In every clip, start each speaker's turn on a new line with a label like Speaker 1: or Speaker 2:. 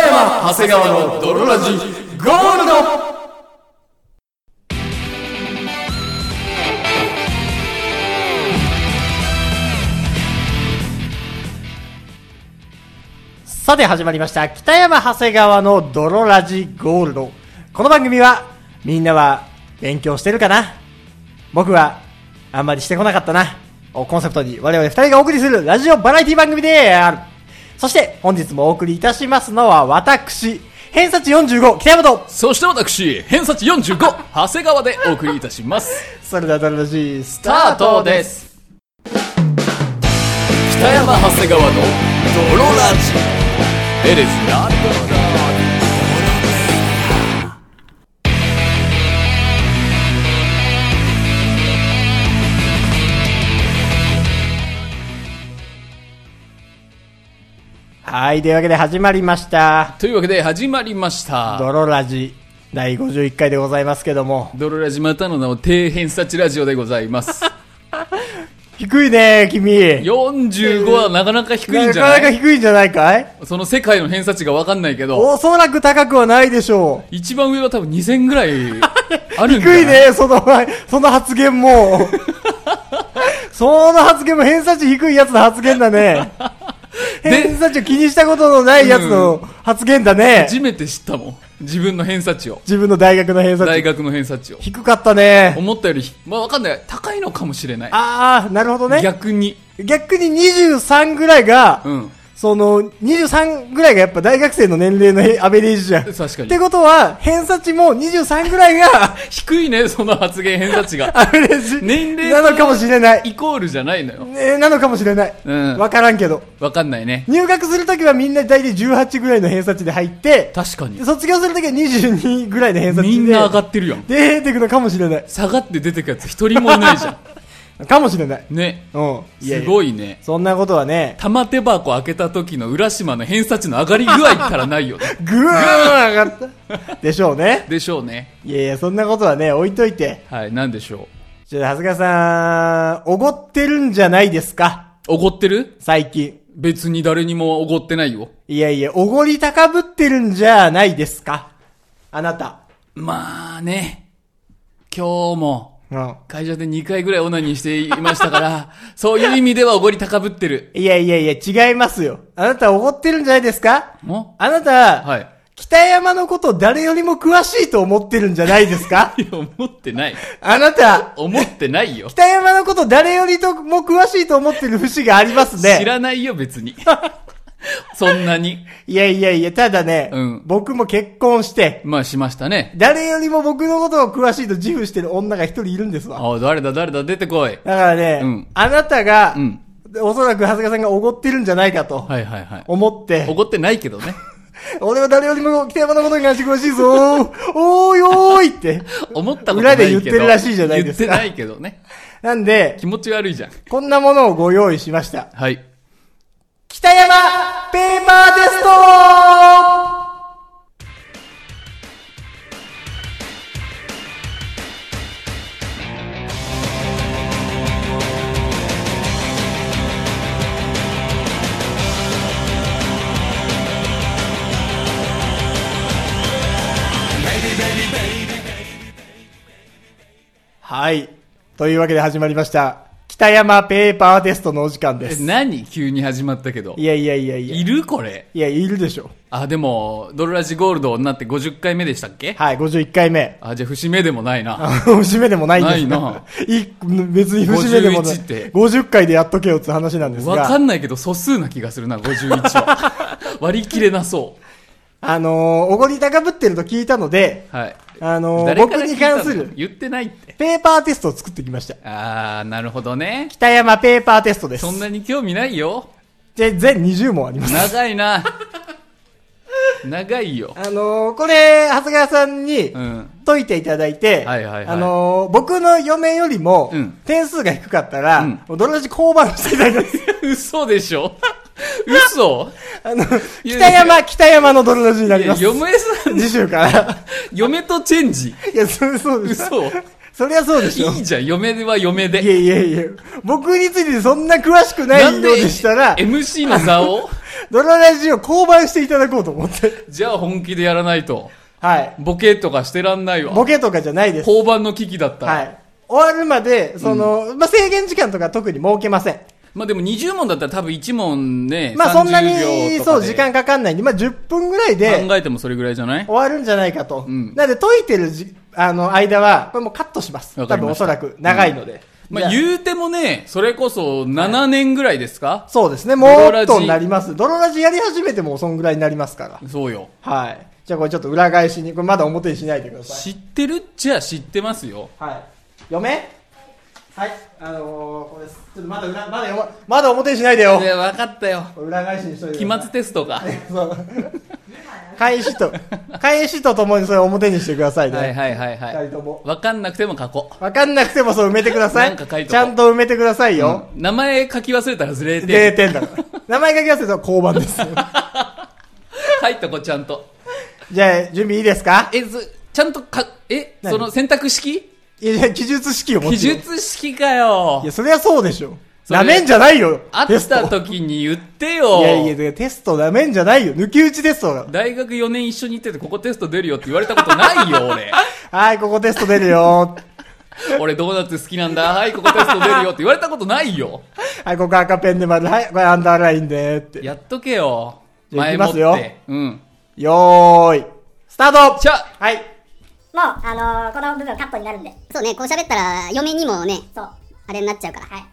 Speaker 1: 長谷川の泥ラジゴールド
Speaker 2: さて始まりました北山長谷川の泥ラジゴールドこの番組はみんなは勉強してるかな僕はあんまりしてこなかったなをコンセプトに我々二人がお送りするラジオバラエティ番組であるそして本日もお送りいたしますのは私偏差値45北山と
Speaker 1: そして私偏差値45長谷川でお送りいたします
Speaker 2: それでは泥ラジス
Speaker 1: スタートですす北山長谷川の泥ラジエレスな
Speaker 2: はいというわけで始まりました
Speaker 1: というわけで始まりました
Speaker 2: 泥ラジ第51回でございますけども
Speaker 1: 泥ラジまたの名を低偏差値ラジオでございます
Speaker 2: 低いね君
Speaker 1: 45はなかなか低いん
Speaker 2: な
Speaker 1: じゃな
Speaker 2: か
Speaker 1: い
Speaker 2: なか低いんじゃないかい
Speaker 1: その世界の偏差値が分かんないけど、
Speaker 2: おそらく高くはないでしょ
Speaker 1: 一番上は多分2000ぐらい ある
Speaker 2: う。
Speaker 1: んだ
Speaker 2: 低いね、その、その発言も。 その発言も偏差値低いやつの発言だね。
Speaker 1: で
Speaker 2: 偏差値を気にしたことのないやつの発言だね。
Speaker 1: 初めて知ったもん。自分の偏差値を。
Speaker 2: 自分の大学の偏差
Speaker 1: 大
Speaker 2: 値。
Speaker 1: 学の偏差値を。
Speaker 2: 低かったね。
Speaker 1: 思ったより、まあわかんない。高いのかもしれない。
Speaker 2: ああ、なるほどね。
Speaker 1: 逆に。
Speaker 2: 逆に23ぐらいが、
Speaker 1: うん。
Speaker 2: その、23ぐらいがやっぱ大学生の年齢のへアベレージじゃん。っ
Speaker 1: 確かに
Speaker 2: て。ことは、偏差値も23ぐらい が
Speaker 1: 低いね、その発言偏差値が。
Speaker 2: アベレージ
Speaker 1: 年齢
Speaker 2: なのかもしれない。
Speaker 1: イコールじゃないのよ。
Speaker 2: えーなのかもしれない。
Speaker 1: うん
Speaker 2: わからんけど。
Speaker 1: わかんないね。
Speaker 2: 入学するときはみんな大体18ぐらいの偏差値で入って、
Speaker 1: 確かに
Speaker 2: で。卒業するときは22ぐらいの偏差値で。
Speaker 1: みんな上がってるやん。
Speaker 2: 出てくのかもしれない。
Speaker 1: 下がって出てくやつ一人もいないじゃ
Speaker 2: かもしれない。
Speaker 1: ん。ね。
Speaker 2: うん。
Speaker 1: す
Speaker 2: い。
Speaker 1: ごいね。
Speaker 2: そんなことはね、
Speaker 1: 玉手箱開けた時の浦島の偏差値の上がり具合ったらない よね。
Speaker 2: ぐーん上がった。でしょうね。
Speaker 1: でしょうね。
Speaker 2: いやいや、そんなことはね、置いといて。
Speaker 1: はい、なんでしょ
Speaker 2: ちょっと、長谷川さん、おごってるんじゃないですか
Speaker 1: う。おごってる
Speaker 2: 最近。
Speaker 1: 別に誰にもおごってないよ。
Speaker 2: いやいや、おごり高ぶってるんじゃないですかあなた。
Speaker 1: まあね。今日も、
Speaker 2: うん。
Speaker 1: 会社で2回ぐらいオナニーしていましたから、 そういう意味ではおごり高ぶってる。
Speaker 2: いやいやいや、違いますよ。あなたおごってるんじゃないですか
Speaker 1: も
Speaker 2: あなた、
Speaker 1: はい。
Speaker 2: 北山のこと誰よりも詳しいと思ってるんじゃないです か
Speaker 1: いや、思ってない。
Speaker 2: あなた、
Speaker 1: 思ってない よ。
Speaker 2: 北山のこと誰よりとも詳しいと思ってる節があります
Speaker 1: 知
Speaker 2: ね。
Speaker 1: らないよ、別に。 そんなに。
Speaker 2: いやいやいや、ただね、
Speaker 1: うん
Speaker 2: 僕も結婚して、
Speaker 1: まあ、しましたね。
Speaker 2: 誰よりも僕のことを詳しいと自負してる女が一人いるんですわ。
Speaker 1: ああ、誰だ、誰だ、出てこい。
Speaker 2: だからね、
Speaker 1: うん
Speaker 2: あなたが、
Speaker 1: うん
Speaker 2: おそらく長谷川さんがおごってるんじゃないかと
Speaker 1: はいはいはい。
Speaker 2: 思って、
Speaker 1: おごってないけどね。
Speaker 2: 俺は誰よりも北山のことに関して詳しいぞーおーいおーいって。
Speaker 1: 思ったことないけ
Speaker 2: 裏
Speaker 1: ど
Speaker 2: で言ってるらしいじゃないですか
Speaker 1: 言ってないけどね。
Speaker 2: なんで、
Speaker 1: 気持ち悪いじゃん。
Speaker 2: こんなものをご用意しました。
Speaker 1: はい。
Speaker 2: 北山ペーパーテストはい。というわけで始まりました。北山ペーパーテストのお時間で
Speaker 1: え
Speaker 2: す。
Speaker 1: 何急に始まったけど。
Speaker 2: いやいやいやいや。
Speaker 1: いるこれ。
Speaker 2: いや、いるでしょ。
Speaker 1: あ、でも、ドルラジゴールドになって50回目でしたっけ
Speaker 2: はい、51回目。
Speaker 1: あ、じゃあ節目でもないな。
Speaker 2: あの節目でもないんです
Speaker 1: ないな
Speaker 2: い別に節目でもない。
Speaker 1: 51って
Speaker 2: 50回でやっとけよって話なんです
Speaker 1: わか
Speaker 2: が。
Speaker 1: んないけど素数な気がするな、51は。 割り切れなそ
Speaker 2: あのー、おごり高ぶってると聞いたので、
Speaker 1: う。はい。
Speaker 2: あのー、
Speaker 1: 誰
Speaker 2: 僕
Speaker 1: から聞
Speaker 2: に
Speaker 1: いたの
Speaker 2: 関する
Speaker 1: 言ってないって。
Speaker 2: ペーパーテストを作ってきました。
Speaker 1: あー、なるほどね。
Speaker 2: 北山ペーパーテストです
Speaker 1: そ。んなに興味ないよ。
Speaker 2: で、全20問あります。
Speaker 1: 長いな。長いよ。
Speaker 2: あのー、これ、長谷川さんに
Speaker 1: うん。
Speaker 2: 解いていただいて、
Speaker 1: はいはいはい
Speaker 2: あのー、僕の嫁よりも
Speaker 1: うん
Speaker 2: 点数が低かったら、
Speaker 1: うん
Speaker 2: もうどのうち降板していただきます。
Speaker 1: 嘘でしょ嘘
Speaker 2: あの、
Speaker 1: いや
Speaker 2: 北山、北山の泥の字にないり
Speaker 1: や
Speaker 2: ます。
Speaker 1: 嫁さん、
Speaker 2: 次週から。
Speaker 1: 嫁とチェンジ。
Speaker 2: いや、そう、そうです。
Speaker 1: 嘘
Speaker 2: そりゃそうでしょ。
Speaker 1: いいじゃん、嫁は嫁
Speaker 2: い
Speaker 1: で。
Speaker 2: やいやいや、僕についてそんな詳しくないようでしたら、
Speaker 1: MC の座を
Speaker 2: ドロラジを購買していただこうと思って。
Speaker 1: じゃあ本気でやらないと。
Speaker 2: はい。
Speaker 1: ボケとかしてらんないわ。
Speaker 2: ボケとかじゃないです。
Speaker 1: 交番の危機だったら。
Speaker 2: はい。終わるまで、その、まあ、制限時間とか特に設けません。
Speaker 1: まあでも20問だったら多分1問ね、
Speaker 2: まあ、そんなに
Speaker 1: 30、秒と
Speaker 2: そ
Speaker 1: か
Speaker 2: う、
Speaker 1: で
Speaker 2: 時間かかんないんで、まあ、10分ぐらいで
Speaker 1: 考えてもそれぐらいじゃない
Speaker 2: 終わるんじゃないかと。
Speaker 1: うん
Speaker 2: なので、解いてるじ、あの、間は、これもうカットします。
Speaker 1: わか
Speaker 2: 多
Speaker 1: り
Speaker 2: 分
Speaker 1: ま
Speaker 2: お
Speaker 1: した
Speaker 2: そらく、長いので。
Speaker 1: まあ
Speaker 2: じゃ
Speaker 1: 言うてもね、それこそ7年ぐらいですか、
Speaker 2: そうですね、も
Speaker 1: ドロ
Speaker 2: う
Speaker 1: ラ
Speaker 2: っ
Speaker 1: ジ
Speaker 2: とになります。ドロラジやり始めてもうそんぐらいになりますから。
Speaker 1: そうよ。
Speaker 2: はい。じゃあこれちょっと裏返しに、これまだ表にしないでください。
Speaker 1: 知ってるっちゃ知ってますよ。
Speaker 2: はい。嫁はい。あのー、これです。ちょっとまだ裏、まだ読ま、まだ表にしないでよ
Speaker 1: い。や、分かったよ。
Speaker 2: これ裏返しにしといて
Speaker 1: 期
Speaker 2: くださ
Speaker 1: 末
Speaker 2: い。
Speaker 1: テストか。
Speaker 2: そう。返しと、返しとともにそれを表にしてくださいね。
Speaker 1: はいはいはいは
Speaker 2: 二
Speaker 1: い
Speaker 2: 人とも。
Speaker 1: 分かんなくても書こう。
Speaker 2: わかんなくてもそう埋めてください。
Speaker 1: なんか書いとこう
Speaker 2: ちゃんと埋めてくださいよ。
Speaker 1: 名前書き忘れたらずれ
Speaker 2: 0
Speaker 1: て、
Speaker 2: 点だから。名前書き忘れたら交番です。
Speaker 1: 書いとこちゃんと。
Speaker 2: じゃあ、準備いいですか
Speaker 1: え、ずちゃんとか、え、
Speaker 2: 何
Speaker 1: その選択式
Speaker 2: いやいや、記述式を持って
Speaker 1: 記述式かよ
Speaker 2: いや、。そりゃそうでしょ。
Speaker 1: それ
Speaker 2: なめんじゃないよ。
Speaker 1: 会
Speaker 2: テ
Speaker 1: っ
Speaker 2: スト
Speaker 1: た時に言ってよ。
Speaker 2: いやいや、だからテストなめんじゃないよ。抜き打ちテストだ。
Speaker 1: 大学4年一緒に行ってて、ここテスト出るよって言われたことな いよ、俺。
Speaker 2: はい、ここテスト出るよ。
Speaker 1: 俺ドーナツ好きなんだ。はい、ここテスト出るよって言われたことないよ。
Speaker 2: はい、ここ赤ペンで丸。はい、これアンダーラインでって。
Speaker 1: やっとけよ。
Speaker 2: じゃあ
Speaker 1: 前
Speaker 2: 行き
Speaker 1: も
Speaker 2: ま
Speaker 1: っ
Speaker 2: すよ
Speaker 1: て。うん。
Speaker 2: よーい。スタート
Speaker 1: じゃあ、
Speaker 2: はい。
Speaker 3: もう、あのーこの部分カットになるんで。
Speaker 4: そうね、こう喋ったら、嫁にもね、
Speaker 3: そう。
Speaker 4: あれになっちゃうから。はい。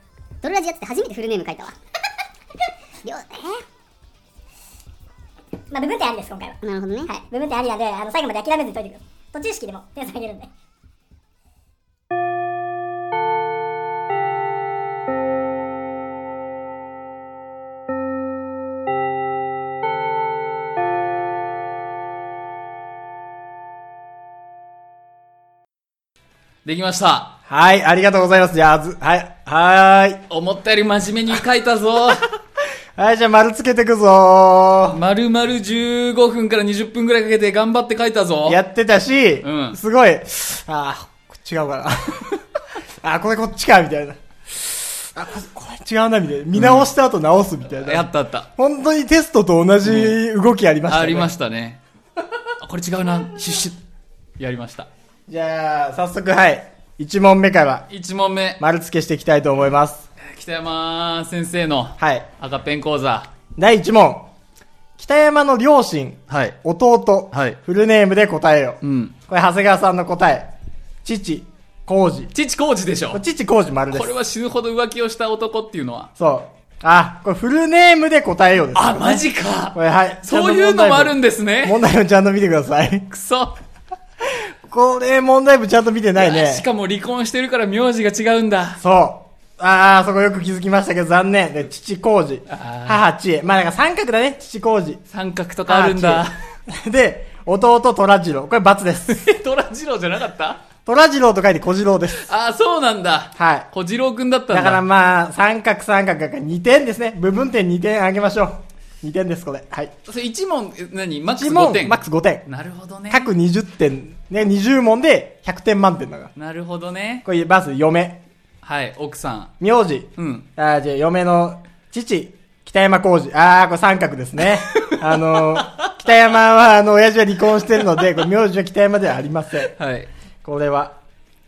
Speaker 4: ドロラジやってて初めてフルネーム書いたわ。りょう
Speaker 3: まあ、部分点ありです、今回は。
Speaker 4: えなるほどね。
Speaker 3: はい。部分点ありなんで、あの、最後まで諦めずに解いてください。途中式でも点数上げるんで。
Speaker 1: できました。
Speaker 2: はい、ありがとうございます。じゃあ、ず、はい、はーい。
Speaker 1: 思ったより真面目に書いたぞ。
Speaker 2: はい、じゃあ丸つけてくぞー。
Speaker 1: まるまる15分から20分くらいかけて頑張って書いたぞ。
Speaker 2: やってたし、
Speaker 1: うん
Speaker 2: すごい、あー、こ違うかな。 あー、これこっちか、みたいな。あ、ここれ違うな、みたいな。見直した後直す、みたいな。
Speaker 1: やったあった。
Speaker 2: 本当にテストと同じ動きありましたね。
Speaker 1: ありましたね。あこれ違うな。シュッシュッ。やりました。
Speaker 2: じゃあ、早速、はい。1問目から
Speaker 1: 1問目。
Speaker 2: 丸付けしていきたいと思います。
Speaker 1: 北山先生の
Speaker 2: はい。
Speaker 1: 赤ペン講座。
Speaker 2: 第1問。北山の両親、
Speaker 1: はい。
Speaker 2: 弟、
Speaker 1: はい
Speaker 2: フルネームで答えよう。
Speaker 1: うん。
Speaker 2: これ、長谷川さんの答え。父、浩二。
Speaker 1: 父浩二でしょ。
Speaker 2: 父、浩二丸です
Speaker 1: これ。は死ぬほど浮気をした男っていうのは。
Speaker 2: そう。あ、これ、フルネームで答えようです。
Speaker 1: あ、マジか
Speaker 2: こ。れ、はい。
Speaker 1: そういうのもあるん
Speaker 2: で。
Speaker 1: ですね。
Speaker 2: 問題文ちゃんと見てください。
Speaker 1: くそ。
Speaker 2: これ、問題文ちゃんと見てないね
Speaker 1: し。かも離婚してるから名字が違うんだ。
Speaker 2: そう。あー、そこよく気づきましたけど、残念。で、父、浩二。
Speaker 1: あー
Speaker 2: 母、知恵。まあ、なんか三角だね。父、浩二。
Speaker 1: 三角とかあるんだ。
Speaker 2: あー。違うで、弟、虎次郎。これ、罰です。
Speaker 1: え、虎次郎じゃなかった
Speaker 2: 虎次郎と書いて小次郎です。
Speaker 1: あ、そうなんだ。
Speaker 2: はい。
Speaker 1: 小次郎くんだったんだ。
Speaker 2: だからまあ、三角三角が2点ですね。部分点2点あげましょう。2点です、これ。はい。
Speaker 1: それ1問、え何マックス
Speaker 2: 1
Speaker 1: 5
Speaker 2: 問、
Speaker 1: 点。
Speaker 2: マックス5点。
Speaker 1: なるほどね。
Speaker 2: 各20点。ね、20問で100点満点だから。
Speaker 1: なるほどね。
Speaker 2: これ、まず、嫁。
Speaker 1: はい、奥さん。
Speaker 2: 名字。
Speaker 1: うん。
Speaker 2: あーじゃあ、嫁の父。北山浩二。あー、これ三角です ね。あのー、北山は、あの、親父は離婚してるので、これ名字は北山ではありません。
Speaker 1: はい。
Speaker 2: これは。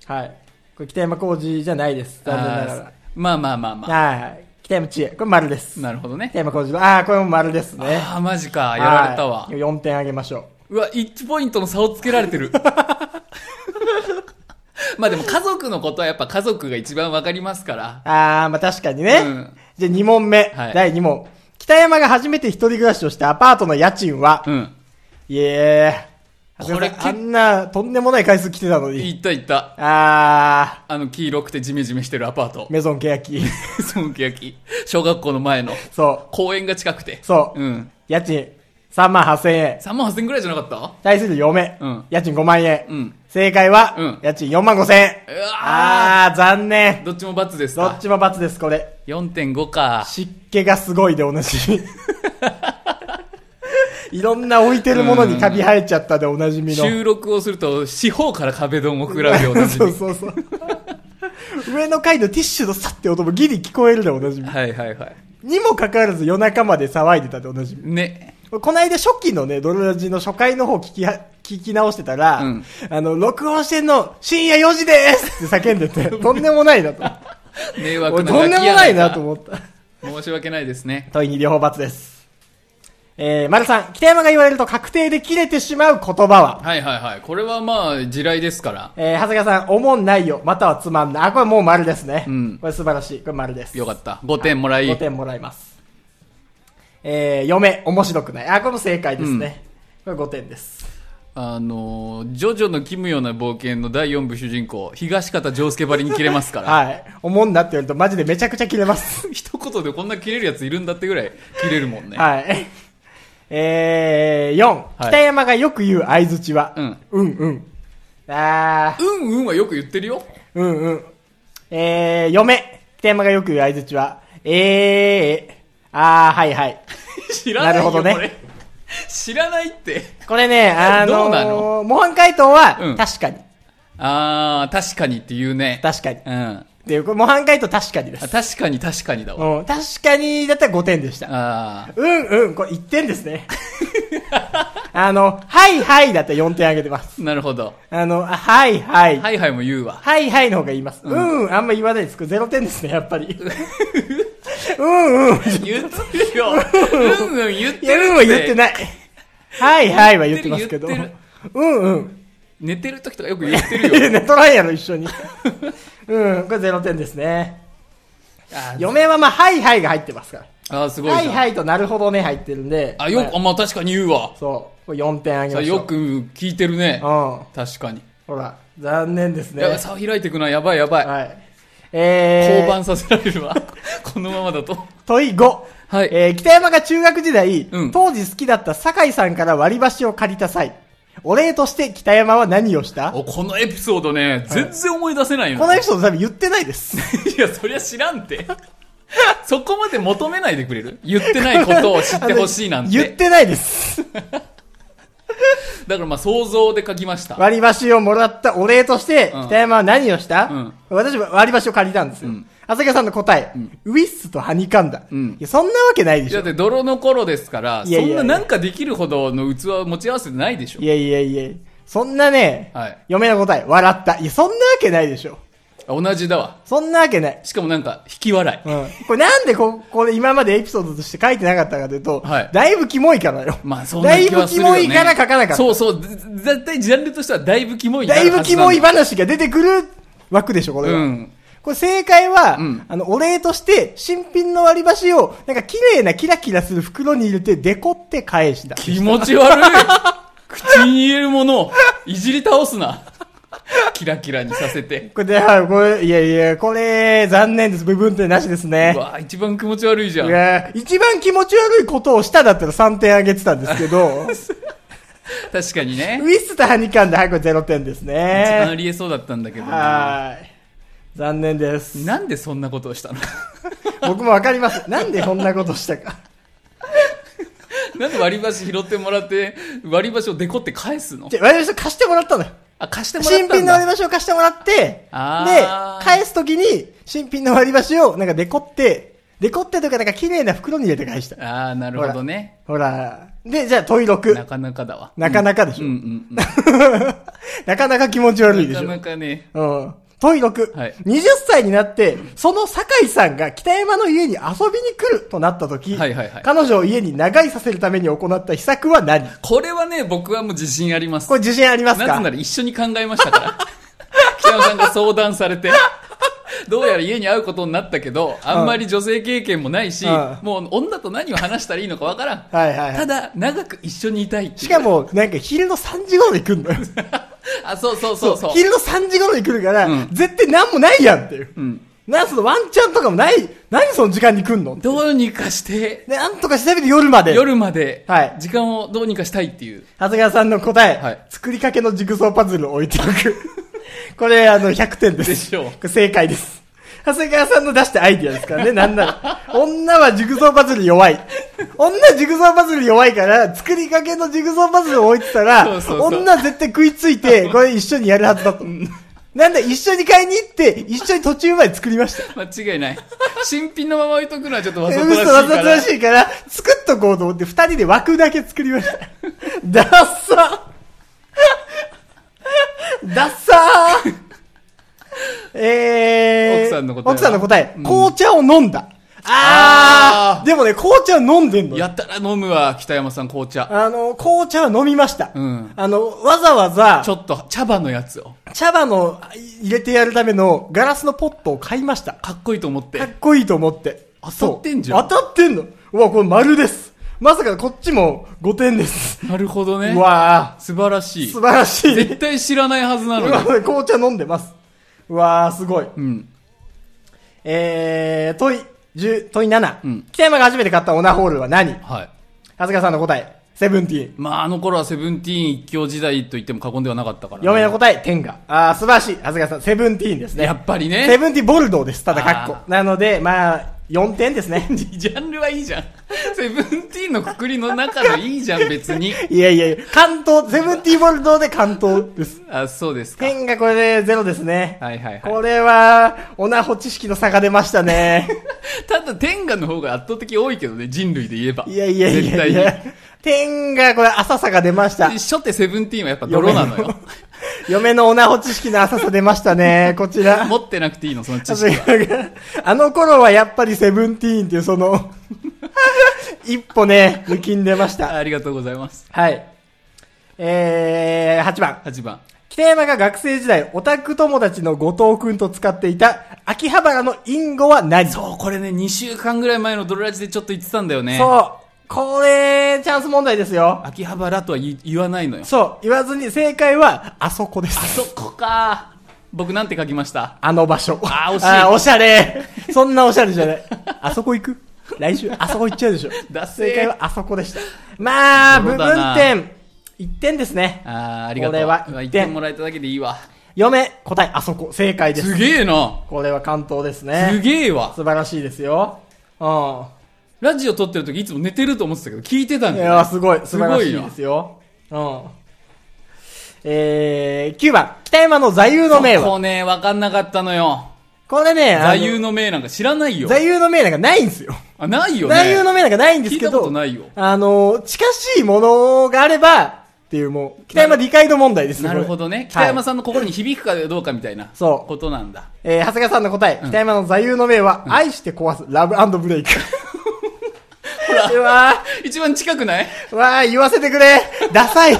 Speaker 2: はい。これ北山浩二じゃないです。残念なが
Speaker 1: あーまあまあまあまあ。
Speaker 2: ら。はいはい。北山知恵。これ丸です。
Speaker 1: なるほどね
Speaker 2: 北。山浩二郎。ああ、これも丸ですね。
Speaker 1: ああ、マジか。やられたわ
Speaker 2: は。い4点あげましょ
Speaker 1: うわ、1ポイントの差をつけられ てる。まあでも家族のことはやっぱ家族が一番わかりますから。
Speaker 2: う。ああ、まあ確かにね。
Speaker 1: うん
Speaker 2: じゃあ2問目。
Speaker 1: はい
Speaker 2: 第2問。北山が初めて一人暮らしをしたアパートの家賃は、
Speaker 1: うん。
Speaker 2: いえー。
Speaker 1: これ
Speaker 2: 長谷川さんあんな、とんでもない回数来てたのに。
Speaker 1: 行った行った。
Speaker 2: あ
Speaker 1: あの、黄色くてジメジメしてるアパート
Speaker 2: ー、。メゾンケヤキ。
Speaker 1: その焼き。小学校の前の。
Speaker 2: そう。
Speaker 1: 公園が近くて。
Speaker 2: そう。
Speaker 1: うん。
Speaker 2: 家賃3万8千円。
Speaker 1: 3万8000ぐらいじゃなかったうわ
Speaker 2: 対する嫁。
Speaker 1: うん
Speaker 2: 家賃5万円。
Speaker 1: うん
Speaker 2: 正解は、
Speaker 1: うん
Speaker 2: 家賃4万5千円。
Speaker 1: あ
Speaker 2: あー、残念。
Speaker 1: どっちも罰です
Speaker 2: どっ
Speaker 1: か
Speaker 2: ちも罰です、これ。
Speaker 1: ?4.5 か。
Speaker 2: 湿気がすごいでおなじみ。いろんな置いてるものにカビ生えちゃったでおなじみの。
Speaker 1: 収録をすると、四方から壁ドンを食らうよう なじ
Speaker 2: そうそうそう。上の階のティッシュのさって音もギリ聞こえるでおなじみ。
Speaker 1: はいはいはい。
Speaker 2: にもかかわらず夜中まで騒いでたでおなじみ。
Speaker 1: ね。
Speaker 2: この間初期のね、ドロラジの初回の方聞きは、聞き直してたら、
Speaker 1: うん
Speaker 2: あの、録音してんの、深夜4時ですって叫んでて、 とんでもないなと。
Speaker 1: 迷惑
Speaker 2: 俺
Speaker 1: な
Speaker 2: とんでもないなと
Speaker 1: っ
Speaker 2: 思った。
Speaker 1: た。申し訳ないですね。
Speaker 2: 問いに両方罰です。えー、丸さん、北山が言われると確定で切れてしまう言葉は、
Speaker 1: はいはいはい。これはまあ、地雷ですから。
Speaker 2: えー、長谷川さん、おもんないよ、またはつまんない。あ、これもう丸ですね。
Speaker 1: うん
Speaker 2: これ素晴らしい。これ丸です。
Speaker 1: よかった。5点もらい。
Speaker 2: 5点もらいます。えー、嫁、面白くない。あ、これも正解ですね。これ5点です。
Speaker 1: あのー、ジョジョの奇妙な冒険の第4部主人公、東方丈介ばりに切れますから。
Speaker 2: はい。おもんなって言われるとマジでめちゃくちゃ切れます。
Speaker 1: 一言でこんな切れるやついるんだってぐらい切れるもんね。
Speaker 2: はい。えー、4、
Speaker 1: い
Speaker 2: 北山がよく言う相づちは、
Speaker 1: うん
Speaker 2: うんうん。あー、
Speaker 1: うんうんはよく言ってるよ。
Speaker 2: うんうん。えー、嫁、北山がよく言う相づちは、えー、あー、はいはい。
Speaker 1: 知らないよ、
Speaker 2: なるほどね
Speaker 1: これ。知らないって。
Speaker 2: これ ね、あのー、
Speaker 1: どうなの
Speaker 2: 模範解答は、
Speaker 1: うん
Speaker 2: 確かに。
Speaker 1: あー、確かにって言うね。
Speaker 2: 確かに。っ
Speaker 1: うん。
Speaker 2: ていう、これ模範解答確かにです
Speaker 1: あ。確かに確かにだわ。
Speaker 2: うん、確かにだったら5点でした。
Speaker 1: あー。
Speaker 2: うんうん、これ1点です ね。あの、はいはいだったら4点あげてます。
Speaker 1: なるほど。
Speaker 2: あの、あはいはい。
Speaker 1: はいはいも言 うわ。
Speaker 2: はいはいの方が言います。うん、あんま言わないです。これ0点ですね、やっぱ り。うんうん。
Speaker 1: 言ってるよ。うんうん言ってるって。
Speaker 2: やるんは言ってない。はいはいは言ってますけど。
Speaker 1: 言ってる
Speaker 2: うんうん。
Speaker 1: 寝てる時とかよく言って
Speaker 2: い や
Speaker 1: るよ。
Speaker 2: ね、トライアル一緒に。うん、これ0点ですね。
Speaker 1: あー
Speaker 2: 嫁はまあ、はいはいが入ってますか
Speaker 1: あー、すご
Speaker 2: ら。
Speaker 1: い
Speaker 2: は
Speaker 1: じ
Speaker 2: い
Speaker 1: ゃん。
Speaker 2: はいとなるほどね入ってるんで。
Speaker 1: あ、よ
Speaker 2: ま
Speaker 1: く、あ、まあ確かに言うわ。
Speaker 2: そう。これ4点あげ
Speaker 1: さ
Speaker 2: ま
Speaker 1: あ
Speaker 2: しょう。
Speaker 1: よく聞いてるね
Speaker 2: うん。。ほ
Speaker 1: 確かに。
Speaker 2: ら、残念ですね。
Speaker 1: やばい、差を開いていくのはやばいやばい。
Speaker 2: はい。え
Speaker 1: 降
Speaker 2: ー、
Speaker 1: 板させられるわ。 このままだと。
Speaker 2: 問い5。
Speaker 1: はい
Speaker 2: えー、北山が中学時代、
Speaker 1: うん
Speaker 2: 当時好きだった酒井さんから割り箸を借りた際、お礼として北山は何をしたこ
Speaker 1: おこのエピソードね、全然思い出せないの。
Speaker 2: のエピソード多分言ってない です。
Speaker 1: いや、そりゃ知らんて。 そこまで求めないでくれる言ってないことを知ってほしいな ん。
Speaker 2: 言っててない です。
Speaker 1: だからまあ想像で書きました。
Speaker 2: 割り箸をもらったお礼として、
Speaker 1: うん
Speaker 2: 北山は何をした、
Speaker 1: うん
Speaker 2: 私は割り箸を借りたんですよ。
Speaker 1: うん
Speaker 2: 浅香さんの答え、ウィッスとはにかんだ。
Speaker 1: うん
Speaker 2: いや、そんなわけないでし
Speaker 1: だっ
Speaker 2: ょ。
Speaker 1: て泥の頃ですから、
Speaker 2: いやいやいや
Speaker 1: そんななんかできるほどの器を持ち合わせてないでしょ
Speaker 2: い。やいやいや。そんなね、
Speaker 1: はい
Speaker 2: 嫁の答え、笑った。いや、そんなわけないでしょ。
Speaker 1: あ同じだわ。
Speaker 2: そんなわけない。
Speaker 1: しかもなんか、引き笑い。
Speaker 2: うん。これなんでこ、これ今までエピソードとして書いてなかったかというと、
Speaker 1: はい
Speaker 2: だいぶキモいからよ。
Speaker 1: まあそんな気はするよ、
Speaker 2: だ
Speaker 1: ね。
Speaker 2: いぶキモいから書かなかった。
Speaker 1: そうそう。ぜ絶対ジャンルとしてはだいぶキモいにな
Speaker 2: だ
Speaker 1: る
Speaker 2: い
Speaker 1: はずな
Speaker 2: ぶ
Speaker 1: ん
Speaker 2: キモい話が出てくる枠でしょ、これは。
Speaker 1: うん
Speaker 2: これ正解は、
Speaker 1: うん
Speaker 2: あの、お礼として、新品の割り箸を、なんか綺麗なキラキラする袋に入れて、デコって返した。
Speaker 1: 気持ち悪い口に入れるものをいじり倒すな キラキラにさせて
Speaker 2: これで、はい、これ、いやいや、これ、残念です。部分点なしですね
Speaker 1: う。わ一番気持ち悪いじゃ
Speaker 2: い
Speaker 1: ん
Speaker 2: や、一番気持ち悪いことをしただったら3点あげてたんですけ ど、
Speaker 1: 確かに
Speaker 2: ウ
Speaker 1: ね
Speaker 2: ィスとハニカンで、はい、これ0点です
Speaker 1: 一番あ
Speaker 2: ね。
Speaker 1: りえそうだったんだけどな
Speaker 2: はい。残念です。
Speaker 1: なんでそんなことをしたの
Speaker 2: 僕もわかります。なんでこんなことしたか。
Speaker 1: なんで割り箸拾ってもらって割り箸をデコって返すの
Speaker 2: じゃあ、割り箸を貸してもらったのよ。
Speaker 1: あ貸してもら
Speaker 2: 新
Speaker 1: った
Speaker 2: 品
Speaker 1: ん
Speaker 2: の割り
Speaker 1: だ
Speaker 2: 箸を貸してもらって、で
Speaker 1: あー、
Speaker 2: 返すときに、新品の割り箸を、なんかデコって、デコってというか、なんか綺麗な袋に入れて返した。
Speaker 1: ああーなるほどね
Speaker 2: ほら、で、じゃあ、問い
Speaker 1: な
Speaker 2: 6。
Speaker 1: かなかだわ
Speaker 2: なかなかでし
Speaker 1: う
Speaker 2: ょ。
Speaker 1: んうんう
Speaker 2: なかなか気持ち悪い
Speaker 1: ん
Speaker 2: で
Speaker 1: な
Speaker 2: し
Speaker 1: か
Speaker 2: ょ。
Speaker 1: なかね
Speaker 2: うん。問い6。
Speaker 1: はい
Speaker 2: 20歳になって、その酒井さんが北山の家に遊びに来るとなったとき、
Speaker 1: はいはいはい
Speaker 2: 彼女を家に長居させるために行った秘策は何
Speaker 1: これはね僕はもう自信あります
Speaker 2: これ自信ありますか
Speaker 1: なぜなら一緒に考えました から。北山さんが相談されて。どうやら家に会うことになったけど、あんまり女性経験もないし、
Speaker 2: うん
Speaker 1: もう女と何を話したらいいのかわからん。
Speaker 2: はいはいはい
Speaker 1: ただ、長く一緒にいたいっていう
Speaker 2: しか、も、なんか昼の3時頃に来るのよ。
Speaker 1: あ、そうそうそうそう。
Speaker 2: 昼の3時頃に来るから、
Speaker 1: うん
Speaker 2: 絶対なんもないやんっていう。
Speaker 1: うん。
Speaker 2: なんそのワンチャンとかもない、何その時間に来んの
Speaker 1: どうにかして、
Speaker 2: で、なんとか調べて夜まで。。
Speaker 1: 夜まで
Speaker 2: はい、
Speaker 1: 時間をどうにかしたいっていう。
Speaker 2: 長谷川さんの答え、
Speaker 1: はい
Speaker 2: 作りかけのジグソーパズルを置いておく。これ、あの、100点です。
Speaker 1: でしょう
Speaker 2: これ正解です。長谷川さんの出したアイディアです からね、なんなら。女はジグソーパズル弱い。女ジグソーパズル弱いから、作りかけのジグソーパズルを置いてたら、
Speaker 1: そうそうそう
Speaker 2: 女絶対食いついて、これ一緒にやるはずだと。なんで一緒に買いに行って、一緒に途中まで作りました。
Speaker 1: 間違いない。新品のまま置いとくのはちょっとわざとらしい
Speaker 2: 嘘
Speaker 1: から。
Speaker 2: わざとらしいから、作っとこうと思って、二人で枠だけ作りました。ダッサーダッサーえー、
Speaker 1: 奥さんの答えは
Speaker 2: 奥さんの答え
Speaker 1: うん
Speaker 2: 紅茶を飲んだ。あー
Speaker 1: あー
Speaker 2: でもね、紅茶を飲んでんのよ
Speaker 1: やったら飲むわ、北山さん紅茶。
Speaker 2: あの、紅茶は飲みました。
Speaker 1: うん
Speaker 2: あの、わざわざ
Speaker 1: ち、ょっと茶葉のやつを。
Speaker 2: 茶葉の入れてやるためのガラスのポットを買いました。
Speaker 1: かっこいいと思って
Speaker 2: かっ。こいいと思って。
Speaker 1: 当たってんじゃん
Speaker 2: そう当たってんの。うわ、これ丸です。まさかこっちも5点です。
Speaker 1: なるほどね
Speaker 2: う。わ
Speaker 1: 素晴らし
Speaker 2: ー
Speaker 1: い
Speaker 2: 素。晴らしい。
Speaker 1: 絶対知らないはずなの
Speaker 2: う
Speaker 1: に
Speaker 2: わ。紅茶飲んでます。うわー、すごい。
Speaker 1: うん。
Speaker 2: えー、問い、10、問い7。
Speaker 1: うん
Speaker 2: 北山が初めて買ったオナホールは何
Speaker 1: はい。
Speaker 2: 長谷川さんの答え、セブンティーン。
Speaker 1: まあ、あの頃はセブンティーン一強時代と言っても過言ではなかったからね、
Speaker 2: 嫁の答え、天下。あー、素晴らしい。長谷川さん、セブンティーンですね。
Speaker 1: やっぱり
Speaker 2: セ
Speaker 1: ね。
Speaker 2: ブンティーンボルドーです。ただ、カッ
Speaker 1: あ
Speaker 2: コ。なので、まあ、4点ですね。
Speaker 1: ジャンルはいいじゃん。セブンティーンのくくりの中のいいじゃん、別に。
Speaker 2: いやいやいや、関東、セブンティーンボルドーで関東です。
Speaker 1: あ、そうですか。
Speaker 2: 天がこれでゼロですね。
Speaker 1: はいはいはい
Speaker 2: これは、オナホ知識の差が出ました ね。
Speaker 1: ただ、天下の方が圧倒的多いけどね、人類で言えば。
Speaker 2: いやいやいやい
Speaker 1: 絶
Speaker 2: や。天がこれ浅さが出ました
Speaker 1: 対に。。初手セブンティーンはやっぱ泥なのよ。
Speaker 2: 嫁のオナホ知識の浅さ出ましたね。こちら。
Speaker 1: 持ってなくていいの、その知識。
Speaker 2: あの頃はやっぱりセブンティーンっていうその、 一歩ね、抜きんでました。
Speaker 1: ありがとうございます。
Speaker 2: はい。えー、8番。
Speaker 1: 8番。
Speaker 2: 北山が学生時代、オタク友達の後藤くんと使っていた、秋葉原のインゴは何
Speaker 1: そう、これね、2週間ぐらい前のドロラジでちょっと言ってたんだよね。
Speaker 2: そう。これ、チャンス問題ですよ。
Speaker 1: 秋葉原とは言い言わないのよ。
Speaker 2: そう。言わずに正解は、あそこです。あ
Speaker 1: そこか。僕なんて書きました
Speaker 2: の場所。
Speaker 1: あー惜しい
Speaker 2: おしゃれ。そんなおしゃれじゃない。あそこ行く来週、あそこ行っちゃうでしょ。
Speaker 1: ダセー
Speaker 2: 正解はあそこでした。まあ、
Speaker 1: そう
Speaker 2: 部
Speaker 1: だな
Speaker 2: 分点。1点ですね。
Speaker 1: あーありがとう。
Speaker 2: これは
Speaker 1: うわ
Speaker 2: 一
Speaker 1: 一
Speaker 2: 点
Speaker 1: 点もらえただけでいいわ。
Speaker 2: 嫁、答え、あそこ。正解ですす。
Speaker 1: げえな。
Speaker 2: これは関東です
Speaker 1: す
Speaker 2: ね。
Speaker 1: げえわ。
Speaker 2: 素晴らしいですよ。うん。
Speaker 1: ラジオ撮ってる時いつも寝てると思ってたけど、聞いてたん
Speaker 2: い
Speaker 1: だよ。
Speaker 2: やーすごい。素
Speaker 1: す
Speaker 2: 晴ら
Speaker 1: ご
Speaker 2: し
Speaker 1: い
Speaker 2: い
Speaker 1: よ
Speaker 2: で。すよ。うん。えー、9番。北山の座右の銘
Speaker 1: こ
Speaker 2: は
Speaker 1: こね、わかんなかったのよ。
Speaker 2: これね、あの
Speaker 1: 座右の銘なんか知らないよ
Speaker 2: 座。右の銘なんかないんですよ。
Speaker 1: あ、ないよね。
Speaker 2: 座右の銘なんかないんですけ
Speaker 1: 聞いたこ
Speaker 2: ど、
Speaker 1: とないよ
Speaker 2: あのー、近しいものがあれば、っていうもう、北山理解度問題です
Speaker 1: なるほどね。北山さんの心に響くかどうかみたいな。
Speaker 2: そう
Speaker 1: ことなんだ。
Speaker 2: ん。えー、長谷川さんの答え、北山の座右の銘は、愛して壊す、ラブブレ イク。ほら。うわ
Speaker 1: 一番近くない
Speaker 2: ー、うわー、言わせてくれ。ダサい。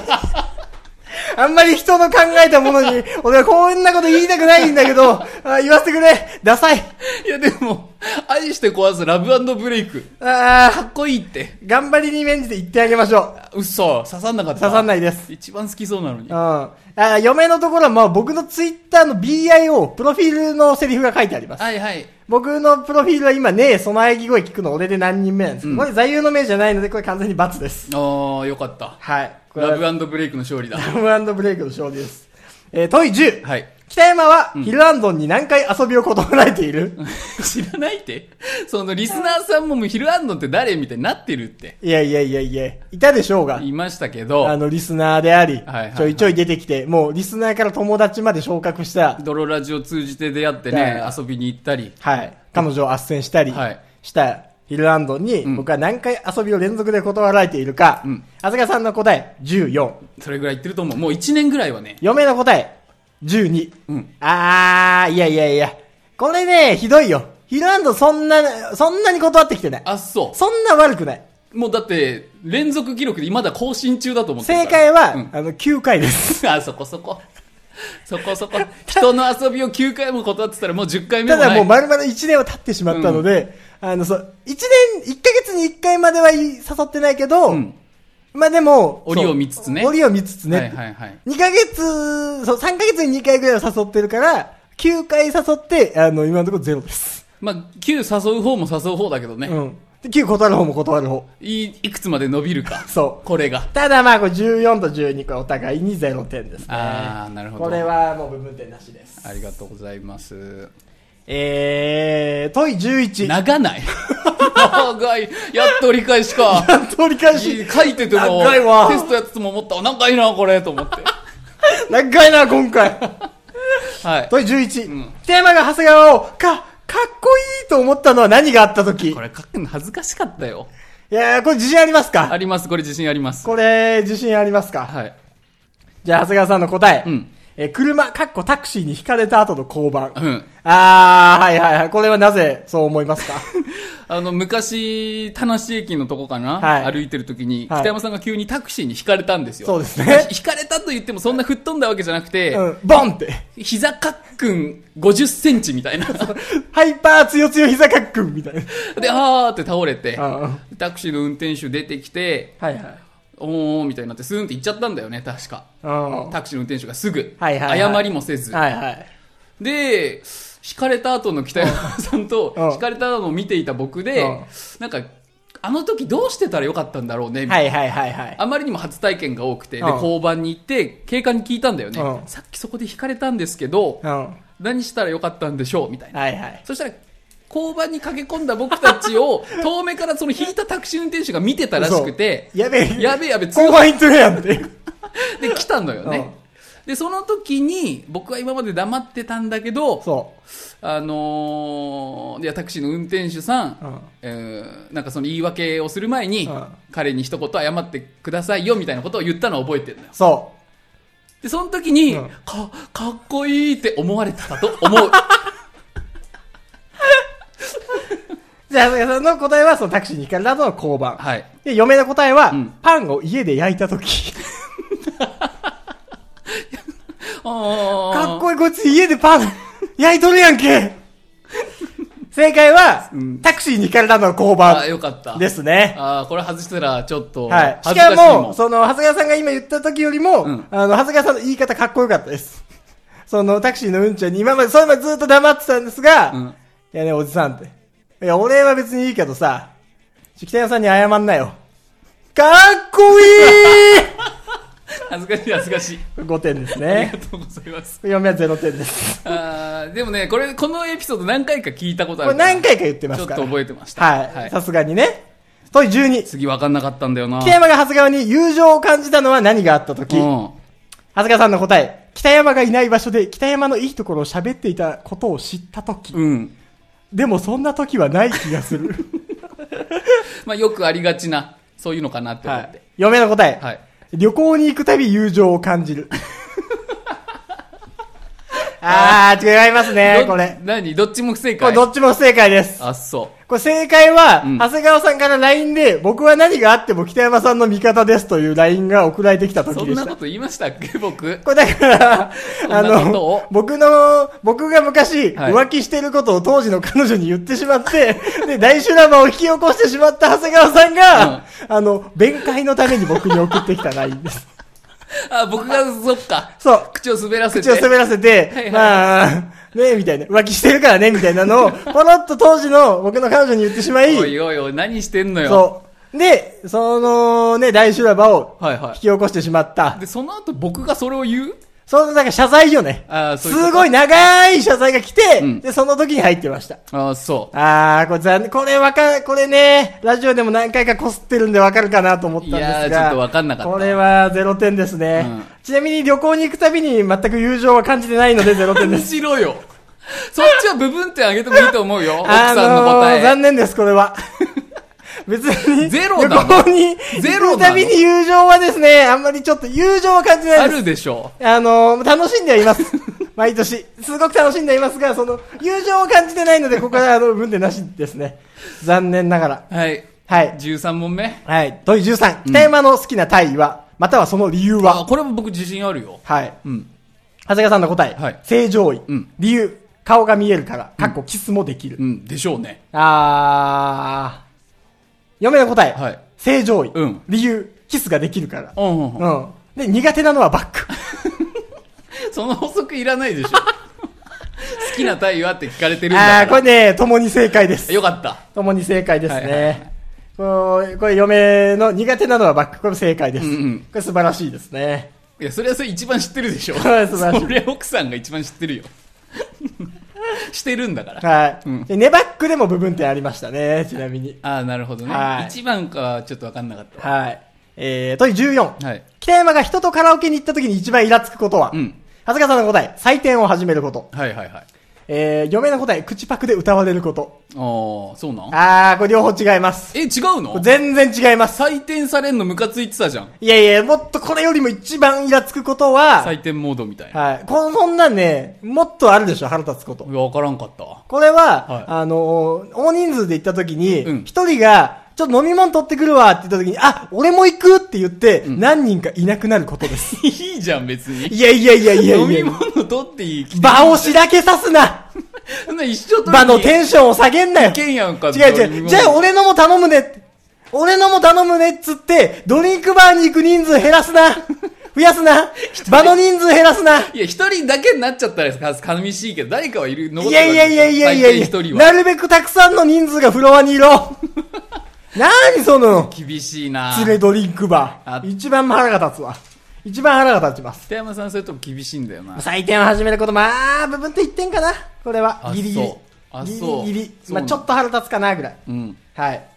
Speaker 2: あんまり人の考えたものに、俺はこんなこと言いたくないんだけど、あー言わせてくれ。ダサい。
Speaker 1: いやでも、愛して壊すラブブレイク。か
Speaker 2: あ
Speaker 1: っこいいって。
Speaker 2: ー、頑張りに免じて言ってあげましょう。
Speaker 1: 嘘、刺さんなかった。
Speaker 2: 刺さんないです。
Speaker 1: 一番好きそうなのに
Speaker 2: うん。。あー嫁のところは、まあ僕のツイッターの BIO、プロフィールのセリフが書いてあります。
Speaker 1: はいはい。
Speaker 2: 僕のプロフィールは今ね、備え着声聞くの俺で何人目なんですけど、
Speaker 1: うん
Speaker 2: これ座右の銘じゃないので、これ完全に罰です。
Speaker 1: ああ、よかった。
Speaker 2: はい。これは
Speaker 1: ラブブレイクの勝利だ。
Speaker 2: ラブブレイクの勝利です。えー問い10。
Speaker 1: はい。
Speaker 2: 北山は、ヒルアンドンに何回遊びを断られている、
Speaker 1: 知らないってそのリスナーさんももうヒルアンドンって誰みたいになってるって
Speaker 2: いやいやいやいや、いたでしょうが
Speaker 1: 言。いましたけ
Speaker 2: あ
Speaker 1: ど、
Speaker 2: の、リスナーであり、
Speaker 1: はいはい
Speaker 2: ちょいちょい出てきて、もうリスナーから友達まで昇格した、
Speaker 1: 泥ラジを通じて出会って
Speaker 2: はい
Speaker 1: ね
Speaker 2: は、
Speaker 1: 遊びに行ったり。
Speaker 2: はい。彼女を斡旋したり
Speaker 1: はい
Speaker 2: したヒルランドに、
Speaker 1: ん
Speaker 2: 僕は何回遊びを連続で断られているか、
Speaker 1: うん
Speaker 2: あずかさんの答え14、
Speaker 1: それぐらい言ってると思う。もう1年ぐらいはね。
Speaker 2: 嫁の答え12。
Speaker 1: うん。
Speaker 2: あー、いやいやいや。これね、ひどいよ。ヒルランドそんな、そんなに断ってきてない。
Speaker 1: あ、そ
Speaker 2: そんな悪くない。
Speaker 1: う。もうだって、連続記録でまだ更新中だと思って
Speaker 2: 正
Speaker 1: るから
Speaker 2: 解は、
Speaker 1: うん
Speaker 2: あの、9回です。
Speaker 1: あ、そこそこ。そこそこ。人の遊びを9回も断ってたらもう10回目
Speaker 2: た
Speaker 1: もない。
Speaker 2: だもう丸々1年は経ってしまったので、あの、そう、1年、1ヶ月に1回まではい誘ってないけど、
Speaker 1: うん。
Speaker 2: まあでも、
Speaker 1: 折を見つつね
Speaker 2: そう折を見つつね。
Speaker 1: はいはいはい。
Speaker 2: 2ヶ月、そう、3ヶ月に2回ぐらいは誘ってるから、9回誘って、あの、今のところゼロです。
Speaker 1: まあ、9誘う方も誘う方だけどね。
Speaker 2: うん。で、9断る方も断る方。
Speaker 1: いい、いくつまで伸び るか。
Speaker 2: そう
Speaker 1: これが。
Speaker 2: ただまあ、これ14と12、これお互いにゼロ点ですね。
Speaker 1: あーなるほど
Speaker 2: これはもう部分点なしです。
Speaker 1: ありがとうございます。
Speaker 2: ええー、問い11。
Speaker 1: 長ない 長い。やっと折り返しか。
Speaker 2: 取り返し。
Speaker 1: 書いてても
Speaker 2: 長いわ、
Speaker 1: テ ストやつつも思った。長いな、これ、と思って。
Speaker 2: 長いな、今回。
Speaker 1: はい。
Speaker 2: 問い11。
Speaker 1: うん
Speaker 2: 北山が長谷川を、か、かっこいいと思ったのは何があった時
Speaker 1: これ書くの恥ずかしかったよ。
Speaker 2: いやーこれ自信ありますか
Speaker 1: あります、これ自信あります。
Speaker 2: これ、自信ありますか、
Speaker 1: はい。
Speaker 2: じゃあ、長谷川さんの答え。
Speaker 1: うん
Speaker 2: えー車、かっこタクシーに引かれた後の交番。
Speaker 1: うん
Speaker 2: あー、はいはいはい。これはなぜそう思いますか
Speaker 1: あの、昔、田無駅のとこかな、
Speaker 2: はい
Speaker 1: 歩いてる時に、
Speaker 2: はい
Speaker 1: 北山さんが急にタクシーに引かれたんですよ。
Speaker 2: そうです ね
Speaker 1: 引かれたと言ってもそんな吹っ飛んだわけじゃなくて、
Speaker 2: うん。ボンって。
Speaker 1: 膝かっくん50センチみたいな。
Speaker 2: ハイパー強強膝かっくんみたいな。
Speaker 1: で、あーって倒れて
Speaker 2: うんうん、
Speaker 1: タクシーの運転手出てきて、
Speaker 2: はいはい。
Speaker 1: おーみたいになってスーンって行っちゃったんだよね、確か。
Speaker 2: うん。
Speaker 1: タクシーの運転手がすぐ。
Speaker 2: はいはいはい
Speaker 1: 謝りもせず。
Speaker 2: はいはい。
Speaker 1: で、引かれた後の北山さんと
Speaker 2: うん、
Speaker 1: 引かれたのを見ていた僕で
Speaker 2: うん、
Speaker 1: なんか、あの時どうしてたらよかったんだろうね、みたいな
Speaker 2: はいはいはいはい。
Speaker 1: あまりにも初体験が多くて、で、
Speaker 2: うん
Speaker 1: 交番に行って、警官に聞いたんだよね。
Speaker 2: うん
Speaker 1: さっきそこで引かれたんですけど
Speaker 2: う、ん。は
Speaker 1: 何したらよかったんでしょうみたい
Speaker 2: い
Speaker 1: な。
Speaker 2: はい。
Speaker 1: そしたら、交番に駆け込んだ僕たちを、遠目からその引いたタクシー運転手が見てたらしくて、
Speaker 2: そうやべえ。
Speaker 1: やべえやべ え、通
Speaker 2: 後
Speaker 1: 報
Speaker 2: 半行ってるやんって。
Speaker 1: で来たのよね。で、その時に、僕は今まで黙ってたんだけど、
Speaker 2: そ
Speaker 1: あのーいや、タクシーの運転手さん、
Speaker 2: うん
Speaker 1: えーなんかその言い訳をする前に、
Speaker 2: うん
Speaker 1: 彼に一言謝ってくださいよ、みたいなことを言ったのを覚えてるのよ
Speaker 2: う。。そ
Speaker 1: で、その時に、
Speaker 2: うん
Speaker 1: か、かっこいいって思われてたと思う。
Speaker 2: う。じゃあ、長谷川さんの答えは、そのタクシーに引かれた後の交番。
Speaker 1: はい。
Speaker 2: で、嫁の答えは、
Speaker 1: うん
Speaker 2: パンを家で焼いた時。か
Speaker 1: か
Speaker 2: っこいい、こいつ家でパン 焼いとるやんけ。正解は、タクシーに行かれたのは交
Speaker 1: あ、
Speaker 2: 番
Speaker 1: よかった。
Speaker 2: ですね。
Speaker 1: あーこれ外したら、ちょっと、
Speaker 2: はい。し
Speaker 1: 恥ずかしい
Speaker 2: か
Speaker 1: も
Speaker 2: も、
Speaker 1: ん。
Speaker 2: その、長谷川さんが今言った時よりも、
Speaker 1: うん
Speaker 2: あの、長谷川さんの言い方かっこよかったです。その、タクシーのうんちゃんに今まで、それまでずっと黙ってたんですが、
Speaker 1: うん
Speaker 2: いやね、おじさんって。いや、俺は別にいいけどさ、北山さんに謝んなよ。かっこいい
Speaker 1: 恥ずかしい、恥ずかしい。
Speaker 2: !5 点です
Speaker 1: ありが
Speaker 2: ね。
Speaker 1: とうございます。
Speaker 2: 4名は0点です。
Speaker 1: あーでもね、これ、このエピソード何回か聞いたことあ
Speaker 2: これ
Speaker 1: るから
Speaker 2: 何回か言ってますから。
Speaker 1: ちょっと覚えてました。
Speaker 2: はい。さすがにね。問い12。
Speaker 1: 次分かんなかったんだよな。
Speaker 2: 北山が長谷川に友情を感じたのは何があった時
Speaker 1: う
Speaker 2: 長
Speaker 1: ん。
Speaker 2: 谷川さんの答え。北山がいない場所で北山のいいところを喋っていたことを知った時
Speaker 1: うん。
Speaker 2: でもそんな時はない気がす る。
Speaker 1: まあ、よくありがちな、そういうのかなって思
Speaker 2: は
Speaker 1: っ
Speaker 2: い
Speaker 1: て。。
Speaker 2: 嫁の答え。
Speaker 1: はい。
Speaker 2: 旅行に行くたび友情を感じる。 あー、違いますね、
Speaker 1: ど
Speaker 2: これ。
Speaker 1: 何どっちも不正
Speaker 2: これ
Speaker 1: 解
Speaker 2: どっちも不正解です。
Speaker 1: あ、そ
Speaker 2: これ正解は、
Speaker 1: うん
Speaker 2: 長谷川さんから LINE で、僕は何があっても北山さんの味方ですという LINE が送られてきた
Speaker 1: う。そ
Speaker 2: 時
Speaker 1: ん
Speaker 2: で
Speaker 1: な
Speaker 2: し
Speaker 1: こ
Speaker 2: た。
Speaker 1: と言いましたっけ僕。
Speaker 2: これだから、あ
Speaker 1: んなことを
Speaker 2: の、僕の、僕が昔、
Speaker 1: はい
Speaker 2: 浮気してることを当時の彼女に言ってしまって、 で、大修羅場を引き起こしてしまった長谷川さんが、あの、弁解のために僕に送ってきた LINE です。
Speaker 1: あ、僕が、そっか。
Speaker 2: そう。
Speaker 1: 口を滑らせて。
Speaker 2: 口を滑らせて、
Speaker 1: はいはい
Speaker 2: まあ、ねみたいな。浮気してるからね、みたいなのを、ポロッと当時の僕の彼女に言ってしま
Speaker 1: おいおいおい、何してんのよ。
Speaker 2: そう。で、そのね、大修羅場を
Speaker 1: はいは
Speaker 2: 引き
Speaker 1: い。
Speaker 2: 起こしてしまった。
Speaker 1: で、その後僕がそれを言う
Speaker 2: そのなんか謝罪よね。
Speaker 1: あーそういうこと
Speaker 2: すごい長い謝罪が来て、
Speaker 1: うん
Speaker 2: で、その時に入ってました。
Speaker 1: あ、そ
Speaker 2: あー、これ残念これわか、これね、ラジオでも何回かこすってるんでわかるかなと思ったんですが。
Speaker 1: いやーちょっとわかんなかった
Speaker 2: これは0点ですね。
Speaker 1: うん
Speaker 2: ちなみに旅行に行くたびに全く友情は感じてないので0
Speaker 1: う。
Speaker 2: 点で
Speaker 1: 何
Speaker 2: す。
Speaker 1: しろよ。そっちは部分点あげてもいいと思うよ。奥さんの
Speaker 2: あ
Speaker 1: 答
Speaker 2: のー、残
Speaker 1: え。
Speaker 2: 念です、これは。 別に、
Speaker 1: ゼロなの
Speaker 2: 旅行に
Speaker 1: ゼロ
Speaker 2: 行
Speaker 1: なの
Speaker 2: くたびに友情はですね、あんまりちょっと友情は感じな
Speaker 1: あ
Speaker 2: いです。
Speaker 1: るでしょ
Speaker 2: あのー、楽しんではいます。 毎年。すごく楽しんでいますが、その、友情を感じてないので、ここは、あの、分でなしですね。残念ながら。
Speaker 1: う。はい。
Speaker 2: はい。
Speaker 1: 13問目。
Speaker 2: はい。問い13。北山の好きな大意は、またはその理由
Speaker 1: あ、
Speaker 2: は
Speaker 1: これも僕自信あるよ。
Speaker 2: はい。
Speaker 1: うん。
Speaker 2: 長谷川さんの答え。
Speaker 1: はい
Speaker 2: 正常位。
Speaker 1: うん
Speaker 2: 理由。顔が見えるから、かっこキスもできる。
Speaker 1: うん。でしょうね。
Speaker 2: あー。嫁の答え。
Speaker 1: はい
Speaker 2: 正常位。
Speaker 1: うん
Speaker 2: 理由。キスができるから。
Speaker 1: うんうんうん。
Speaker 2: うん。で、苦手なのはバック。
Speaker 1: その法則いらな いでしょ。好きな対はって聞かれてるん
Speaker 2: あ
Speaker 1: だ
Speaker 2: ー、こ
Speaker 1: か
Speaker 2: れね、共に正解です
Speaker 1: ら。。よかった。
Speaker 2: ともに正解ですね。
Speaker 1: はいはいはい
Speaker 2: こうこれ、嫁の苦手なのはバック。これも正解です。
Speaker 1: うんうん
Speaker 2: これ素晴らしいですね。
Speaker 1: いや、それはそれ一番知ってるでしょ。
Speaker 2: はい素晴らしい
Speaker 1: それは奥さんが一番知ってるよ。 してるんだから。
Speaker 2: はい、
Speaker 1: うん
Speaker 2: でネバックでも部分点ありましたね、ちなみに。
Speaker 1: ああ、なるほどね。
Speaker 2: はい
Speaker 1: 一番かはちょっとわかんなかった。
Speaker 2: はい。えー、問い14。
Speaker 1: はい
Speaker 2: 北山が人とカラオケに行った時に一番イラつくことは、
Speaker 1: うん
Speaker 2: 長谷川さんの答え、採点を始めること。
Speaker 1: はいはいはい。
Speaker 2: えー、嫁の答え、口パクで歌われること。
Speaker 1: ああ、そうなん
Speaker 2: あー、これ両方違います。
Speaker 1: え、違う
Speaker 2: こ
Speaker 1: の
Speaker 2: れ全然違います。
Speaker 1: 採点されんのムカついてたじゃん。
Speaker 2: いやいや、もっとこれよりも一番イラつくことは、
Speaker 1: 採点モードみたいな。
Speaker 2: はい。こんそんなんね、もっとあるでしょ、腹立つこと。
Speaker 1: いや、わからんかったわ。
Speaker 2: これは、
Speaker 1: はい
Speaker 2: あのー大人数で行った時
Speaker 1: う
Speaker 2: に、
Speaker 1: ん
Speaker 2: 一、人が、ちょっと飲み物取ってくるわって言った時に、あ、俺も行くって言って、何人かいなくなることです。
Speaker 1: いいじゃん、別に。
Speaker 2: いやいやいやいや
Speaker 1: 飲
Speaker 2: い
Speaker 1: み
Speaker 2: や。
Speaker 1: 物取っていい。
Speaker 2: 場をしらけさす な
Speaker 1: そんな一緒取
Speaker 2: 場のテ
Speaker 1: ン
Speaker 2: ンションを下げんなよ
Speaker 1: けんやんか。
Speaker 2: 違う違う。じゃあ俺のも頼むねって俺のも頼むねっつって、ドリンクバーに行く人数減らすな増やす な場の人数減らすない
Speaker 1: や、一人だけになっちゃったらか寂しいけど、誰かはいる、残っ
Speaker 2: い
Speaker 1: てる
Speaker 2: や
Speaker 1: わけ
Speaker 2: い
Speaker 1: でしょ
Speaker 2: やいやいやいやいや
Speaker 1: 最低一人
Speaker 2: な
Speaker 1: は。
Speaker 2: るべくたくさんの人数がフロアにい ろなーにその、
Speaker 1: 厳しいな
Speaker 2: 連れドリンクバ
Speaker 1: あ
Speaker 2: ー。一番腹が立つわ。一番腹が立ちます。
Speaker 1: 北山さん、そういうとこ厳しいんだよな。
Speaker 2: 採点を始めること、まあ、部分って1点かな。これは
Speaker 1: あ。
Speaker 2: ギリギ
Speaker 1: そ
Speaker 2: リ
Speaker 1: う。あ
Speaker 2: ギ
Speaker 1: そう
Speaker 2: リギリ。
Speaker 1: そ
Speaker 2: ま
Speaker 1: うな
Speaker 2: あ、
Speaker 1: ん
Speaker 2: ち
Speaker 1: だ
Speaker 2: ょっと腹立つかな、ぐらい。
Speaker 1: うん。
Speaker 2: はい。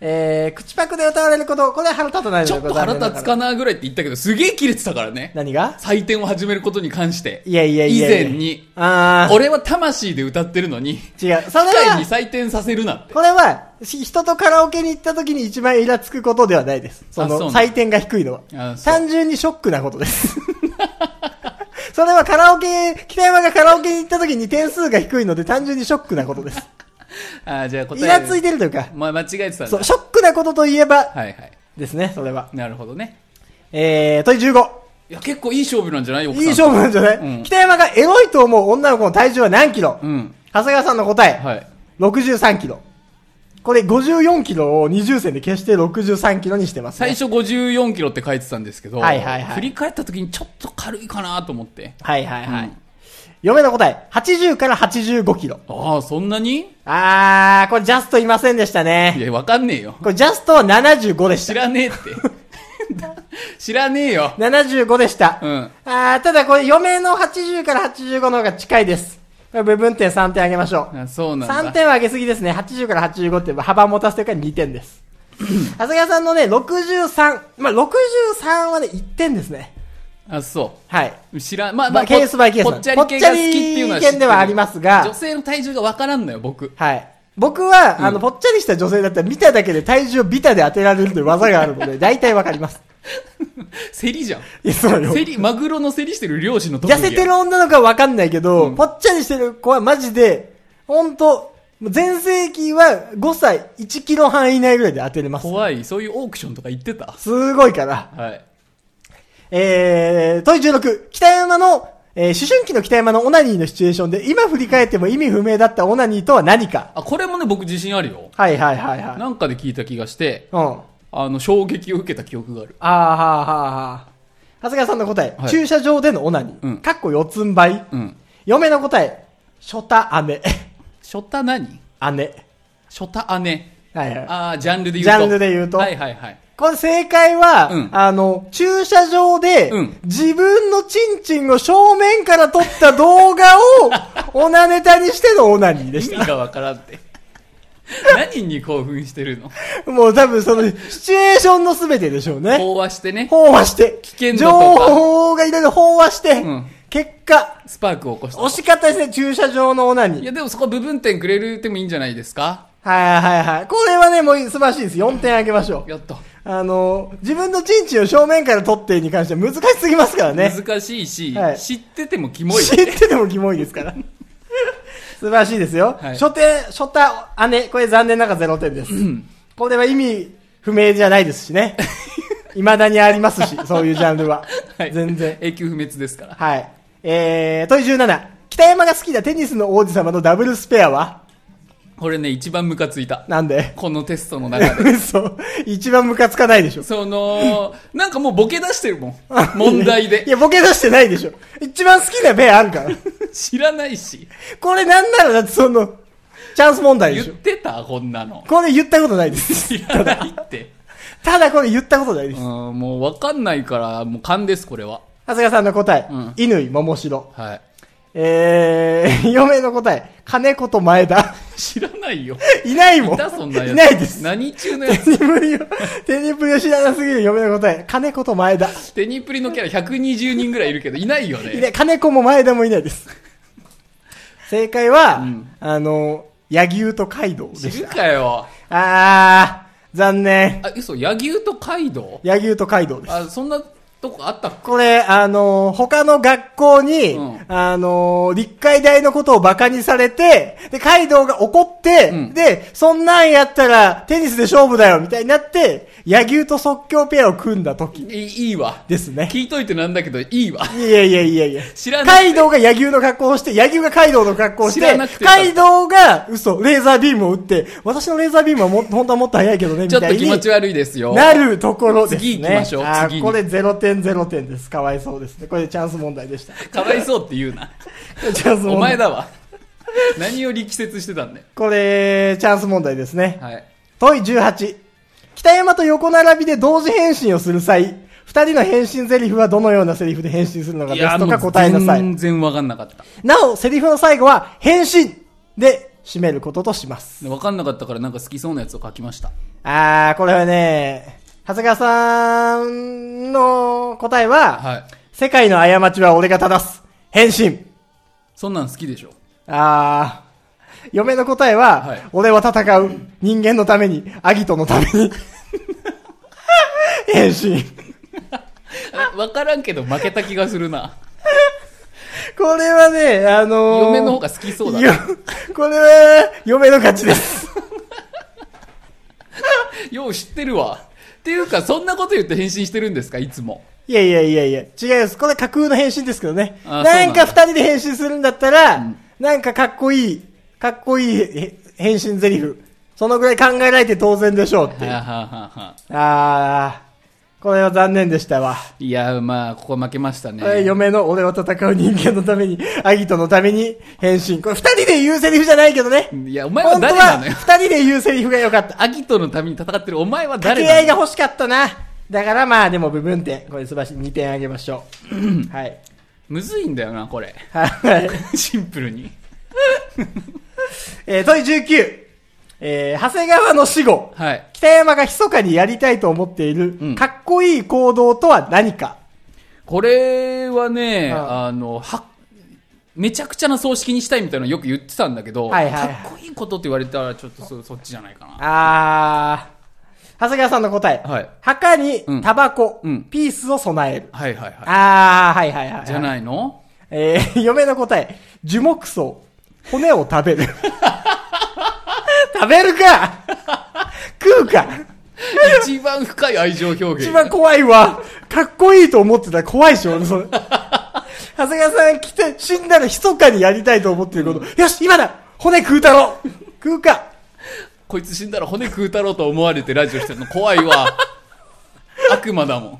Speaker 2: えー、口パクで歌われること、これは腹立たないの
Speaker 1: ち
Speaker 2: で
Speaker 1: ょっ
Speaker 2: ご
Speaker 1: と
Speaker 2: ざい
Speaker 1: 腹
Speaker 2: ます
Speaker 1: 立つかなぐらいって言ったけど、すげえ切れてたからね。
Speaker 2: 何が
Speaker 1: 採点を始めることに関して。
Speaker 2: いやいやいやいや
Speaker 1: 以前に。
Speaker 2: あー。
Speaker 1: 俺は魂で歌ってるのに、機
Speaker 2: 違う。それ
Speaker 1: 械に
Speaker 2: は、
Speaker 1: 採点させるなって。
Speaker 2: これは、し人とカラオケに行った時に一番イラつくことではないです。そ
Speaker 1: あそう
Speaker 2: の、
Speaker 1: なの
Speaker 2: 採点が低いのは
Speaker 1: あ。そう
Speaker 2: 単純にショックなことです。 それはカラオケ、北山がカラオケに行った時に点数が低いので単純にショックなことです。
Speaker 1: あーじゃあ答
Speaker 2: イ
Speaker 1: え。
Speaker 2: ラついてるというか、
Speaker 1: まあ、間違えてたん
Speaker 2: そう、
Speaker 1: だ。
Speaker 2: ショックなことといえば、
Speaker 1: はいはい。
Speaker 2: ですね、それは。
Speaker 1: なるほどね。
Speaker 2: えー、問い15。
Speaker 1: いや、結構いい勝負なんじゃない奥さ
Speaker 2: い
Speaker 1: ん
Speaker 2: い
Speaker 1: と
Speaker 2: 勝負なんじゃない、
Speaker 1: うん
Speaker 2: 北山がエロいと思う女の子の体重は何キロ、
Speaker 1: うん。
Speaker 2: 長谷川さんの答え、
Speaker 1: はい。
Speaker 2: 63キロ。これ54キロを20線で消して63キロにしてます、ね。
Speaker 1: 最初54キロって書いてたんですけど、
Speaker 2: はいはいはい
Speaker 1: 振り返った時にちょっと軽いかなと思って。
Speaker 2: はいはいはい。
Speaker 1: うん
Speaker 2: 嫁の答え、80から85キロ。
Speaker 1: ああ、そんなに
Speaker 2: あー、これジャストいませんでした
Speaker 1: い
Speaker 2: ね。
Speaker 1: や、わかんねえよ。
Speaker 2: これジャストは75でした。
Speaker 1: 知らねえって。 知らねえよ。
Speaker 2: 75でした。
Speaker 1: うん。
Speaker 2: あー、ただこれ嫁の80から85の方が近いです。これ部分点3点あげましょう。
Speaker 1: あそうなんだ。
Speaker 2: 3点は上げすぎですね。80から85って幅持たせてるから2点 です。長谷川さんのね、63。まあ、63はね、1点ですね。
Speaker 1: あ、そ
Speaker 2: はい。
Speaker 1: う。知らん。まあ、
Speaker 2: まあケースバイケース
Speaker 1: ぽっちゃり系が好きっていうのは知
Speaker 2: ぽっちゃ
Speaker 1: って
Speaker 2: り系
Speaker 1: る
Speaker 2: ではありますが
Speaker 1: 女性の体重がわからんのよ、僕。
Speaker 2: はい。僕は、あの、ぽっちゃりした女性だったら見ただけで体重をビタで当てられるという技があるの で、大体わかります。
Speaker 1: 競りじゃん。
Speaker 2: いや、そうよ。
Speaker 1: 競り、マグロの競りしてる漁師の特技
Speaker 2: 痩
Speaker 1: や。
Speaker 2: せてる女の子はわかんないけど、
Speaker 1: うん
Speaker 2: ぽっちゃりしてる子はマジで、ほんと、もう全盛期は5歳、1キロ半以内ぐらいで当てれます。
Speaker 1: 怖い。そういうオークションとか言ってた。
Speaker 2: すごいから。
Speaker 1: はい。
Speaker 2: えー、問い16、北山の、えー思春期の北山のオナニーのシチュエーションで、今振り返っても意味不明だったオナニーとは何か
Speaker 1: あ、これもね、僕自信あるよ。
Speaker 2: はいはいはいはい。うん。
Speaker 1: なんかで聞いた気がして、
Speaker 2: あ
Speaker 1: あの、衝撃を受けた記憶がある。
Speaker 2: ーはあはあはあ。長谷川さんの答え、
Speaker 1: はい
Speaker 2: 駐車場でのオナニー。
Speaker 1: うん
Speaker 2: かっこ四つん這い。
Speaker 1: うん。
Speaker 2: 嫁の答え、ショタ姉。
Speaker 1: ショタ何
Speaker 2: 姉。
Speaker 1: ショタ姉。
Speaker 2: はいはい。
Speaker 1: ああ、ジャンルで言うと。
Speaker 2: ジャンルで言うと
Speaker 1: はいはいはい。
Speaker 2: これ正解は、
Speaker 1: うん
Speaker 2: あの、駐車場で、
Speaker 1: うん
Speaker 2: 自分のチンチンを正面から撮った動画を、 オナネタにしてのオナニーで
Speaker 1: 意
Speaker 2: した
Speaker 1: 味。がわから んって。何に興奮してるの
Speaker 2: もう多分その、シチュエーションのすべてでしょうね。
Speaker 1: 飽和してね、
Speaker 2: 飽和して。
Speaker 1: 危険度
Speaker 2: 情
Speaker 1: とか
Speaker 2: 報がいろいろ飽和して、
Speaker 1: うん
Speaker 2: 結果、
Speaker 1: スパークを起こした。
Speaker 2: 惜しかったですね、駐車場のオナニ
Speaker 1: い
Speaker 2: ー。
Speaker 1: や、でもそこ部分点くれるでもいいんじゃないですか
Speaker 2: はいはいはい。これはね、もう素晴らしいです。4点あげましょう。
Speaker 1: やっと。
Speaker 2: あの、自分のチンチンを正面から撮ってに関しては難しすぎますからね。
Speaker 1: 難しいし、
Speaker 2: はい
Speaker 1: 知っててもキモい。
Speaker 2: 知っててもキモいです から。素晴らしいですよ。
Speaker 1: はい
Speaker 2: 初手、初手、姉、これ残念ながら0点です。これは意味不明じゃないですし ね。未だにありますし、そういうジャンルは。
Speaker 1: はい
Speaker 2: 全然。
Speaker 1: 永久不滅ですから。
Speaker 2: はい。えー、問い17。北山が好きなテニスの王子様のダブルスペアは
Speaker 1: これね、一番ムカついた。
Speaker 2: なんで
Speaker 1: このテストの中 で。
Speaker 2: 嘘。一番ムカつかないでしょ。
Speaker 1: その、なんかもうボケ出してるもん。問題
Speaker 2: い
Speaker 1: で。
Speaker 2: や、ボケ出してないでしょ。一番好きなペアあるから。
Speaker 1: 知らないし。
Speaker 2: これなんならだってその、チャンス問題で
Speaker 1: 言っ
Speaker 2: しょ。
Speaker 1: てたこんなの。
Speaker 2: これ言ったことないです。
Speaker 1: 知らないって。
Speaker 2: ただこれ言ったことないで
Speaker 1: う
Speaker 2: す。
Speaker 1: ん
Speaker 2: 長、
Speaker 1: もうわかんないから、もう勘です、これは。
Speaker 2: 谷川さんの答え
Speaker 1: うん。
Speaker 2: 乾、桃城。
Speaker 1: はい。
Speaker 2: えー、4名の 答え、金子と前田。
Speaker 1: 知らないよ。
Speaker 2: いないもん。
Speaker 1: いたそんなやつ。
Speaker 2: いないです。
Speaker 1: 何中の
Speaker 2: 手
Speaker 1: やつ
Speaker 2: にぶりを、手にぶりを知らなすぎる嫁の答え。金子と前田。
Speaker 1: テニプリのキャラ120人ぐらいいるけど、いないよ
Speaker 2: い
Speaker 1: ね。
Speaker 2: ない金子も前田もいないです。正解は、
Speaker 1: うん
Speaker 2: あの、柳生とカイドウで
Speaker 1: 知
Speaker 2: し
Speaker 1: る
Speaker 2: た。
Speaker 1: かよ。
Speaker 2: あー、残念。
Speaker 1: あ、嘘、柳生とカイドウ
Speaker 2: 柳生とカイドウです。
Speaker 1: あ、そんなとこあったっけ
Speaker 2: これ、あの、他の学校に、
Speaker 1: うん
Speaker 2: あの、立海大のことを馬鹿にされて、で、カイドウが怒って、
Speaker 1: うん
Speaker 2: で、そんなんやったらテニスで勝負だよ、みたいになって、柳生と即興ペアを組んだ時
Speaker 1: いいいわ。
Speaker 2: ですね。
Speaker 1: 聞いといてなんだけど、いいわ。
Speaker 2: いやいやいやいや。
Speaker 1: 知らなく
Speaker 2: カ
Speaker 1: て
Speaker 2: イドウが野球の格好をして、野球がカイドウの格好をし
Speaker 1: 知らな
Speaker 2: て、
Speaker 1: くてよかった
Speaker 2: カイドウが、嘘、レーザービームを打って、私のレーザービームはも、本当はもっと早いけどね、み
Speaker 1: ちょったと
Speaker 2: い
Speaker 1: 気
Speaker 2: に
Speaker 1: 持ち悪いですよ。
Speaker 2: なるところですね。
Speaker 1: 次行きましょう
Speaker 2: あー
Speaker 1: 次に
Speaker 2: これ0点0点です。かわいそうですね。これでチャンス問題でした。
Speaker 1: かわいそうって言うな。
Speaker 2: チャンス問題。
Speaker 1: お前だわ。何を力説してたんだよ。
Speaker 2: これ、チャンス問題ですね。
Speaker 1: はい。
Speaker 2: 問い18。北山と横並びで同時変身をする際、二人の変身ゼリフはどのようなセリフで変身するのか
Speaker 1: い
Speaker 2: ベ
Speaker 1: や
Speaker 2: スト
Speaker 1: も
Speaker 2: か
Speaker 1: う
Speaker 2: 答えなさい。
Speaker 1: 全然わかんなかった。
Speaker 2: なお、セリフの最後は、変身で締めることとします。
Speaker 1: わかんなかったからなんか好きそうなやつを書きました。
Speaker 2: あー、これはね、長谷川さんの答えは、
Speaker 1: はい。
Speaker 2: 世界の過ちは俺が正す。変身。
Speaker 1: そんなん好きでしょ。
Speaker 2: あー、嫁の答えは、
Speaker 1: はい
Speaker 2: 俺は戦う。人間のために、アギトのため に。変身。
Speaker 1: あわからんけど負けた気がするな。
Speaker 2: これはね、あのー、
Speaker 1: 嫁の方が好きそうだ
Speaker 2: よ
Speaker 1: な。
Speaker 2: これは、嫁の勝ちです。
Speaker 1: よう知ってるわ。っていうか、そんなこと言って返信してるんですかいつも。
Speaker 2: いやいやいやいや、違います。これ架空の変身ですけどね。
Speaker 1: あそう
Speaker 2: な
Speaker 1: なんん
Speaker 2: か
Speaker 1: だ
Speaker 2: 二人で変身するんだったら、
Speaker 1: ん
Speaker 2: なんかかっこいい、かっこいいへ変身ゼリフ。そのぐらい考えられて当然でしょうって
Speaker 1: はあ
Speaker 2: いう。あ
Speaker 1: はあはあはあ
Speaker 2: あー、これは残念でしたわ。
Speaker 1: いや、まあ、ここは負けましたね。
Speaker 2: これ嫁の俺は戦う人間のために、アギトのために変身。これ二人で言うセリフじゃないけどね。
Speaker 1: いや、お前は
Speaker 2: 本当
Speaker 1: 誰
Speaker 2: は
Speaker 1: なのよ。
Speaker 2: 二人で言うセリフが良かった。
Speaker 1: アギトのために戦ってるお前は
Speaker 2: 掛
Speaker 1: 誰
Speaker 2: け合い
Speaker 1: な
Speaker 2: が
Speaker 1: の
Speaker 2: 欲しかったな。だからまあでも部分点。これ素晴らしい。2点あげましょう。はい。
Speaker 1: むずいんだよな、これ。
Speaker 2: はい。
Speaker 1: シンプルに。
Speaker 2: えー問い19。えー長谷川の死後、
Speaker 1: はい。
Speaker 2: 北山が密かにやりたいと思っている、
Speaker 1: うん
Speaker 2: かっこいい行動とは何か
Speaker 1: これはね、
Speaker 2: うん
Speaker 1: あの、は、めちゃくちゃな葬式にしたいみたいなのよく言ってたんだけど、
Speaker 2: はいはいはい
Speaker 1: かっこいいことって言われたら、ちょっとそそっちじゃないかな。
Speaker 2: あー、長谷川さんの答え。
Speaker 1: はい
Speaker 2: 墓に
Speaker 1: う、ん
Speaker 2: タバコ、
Speaker 1: うん
Speaker 2: ピースを備える。
Speaker 1: はいはいは
Speaker 2: あー、はいはいはい、はい
Speaker 1: い。じゃないの
Speaker 2: えー、 嫁の答え。樹木葬、骨を食べる。食べるか食うか
Speaker 1: 一番深い愛情表現。
Speaker 2: 一番怖いわ。かっこいいと思ってたら怖いし、俺、それ。長谷川さん来て、死んだら密かにやりたいと思ってること。よし、今だ骨食うたろう食うか
Speaker 1: こいつ死んだら骨食うたろうと思われてラジオしてるの怖い わ。悪魔だもん。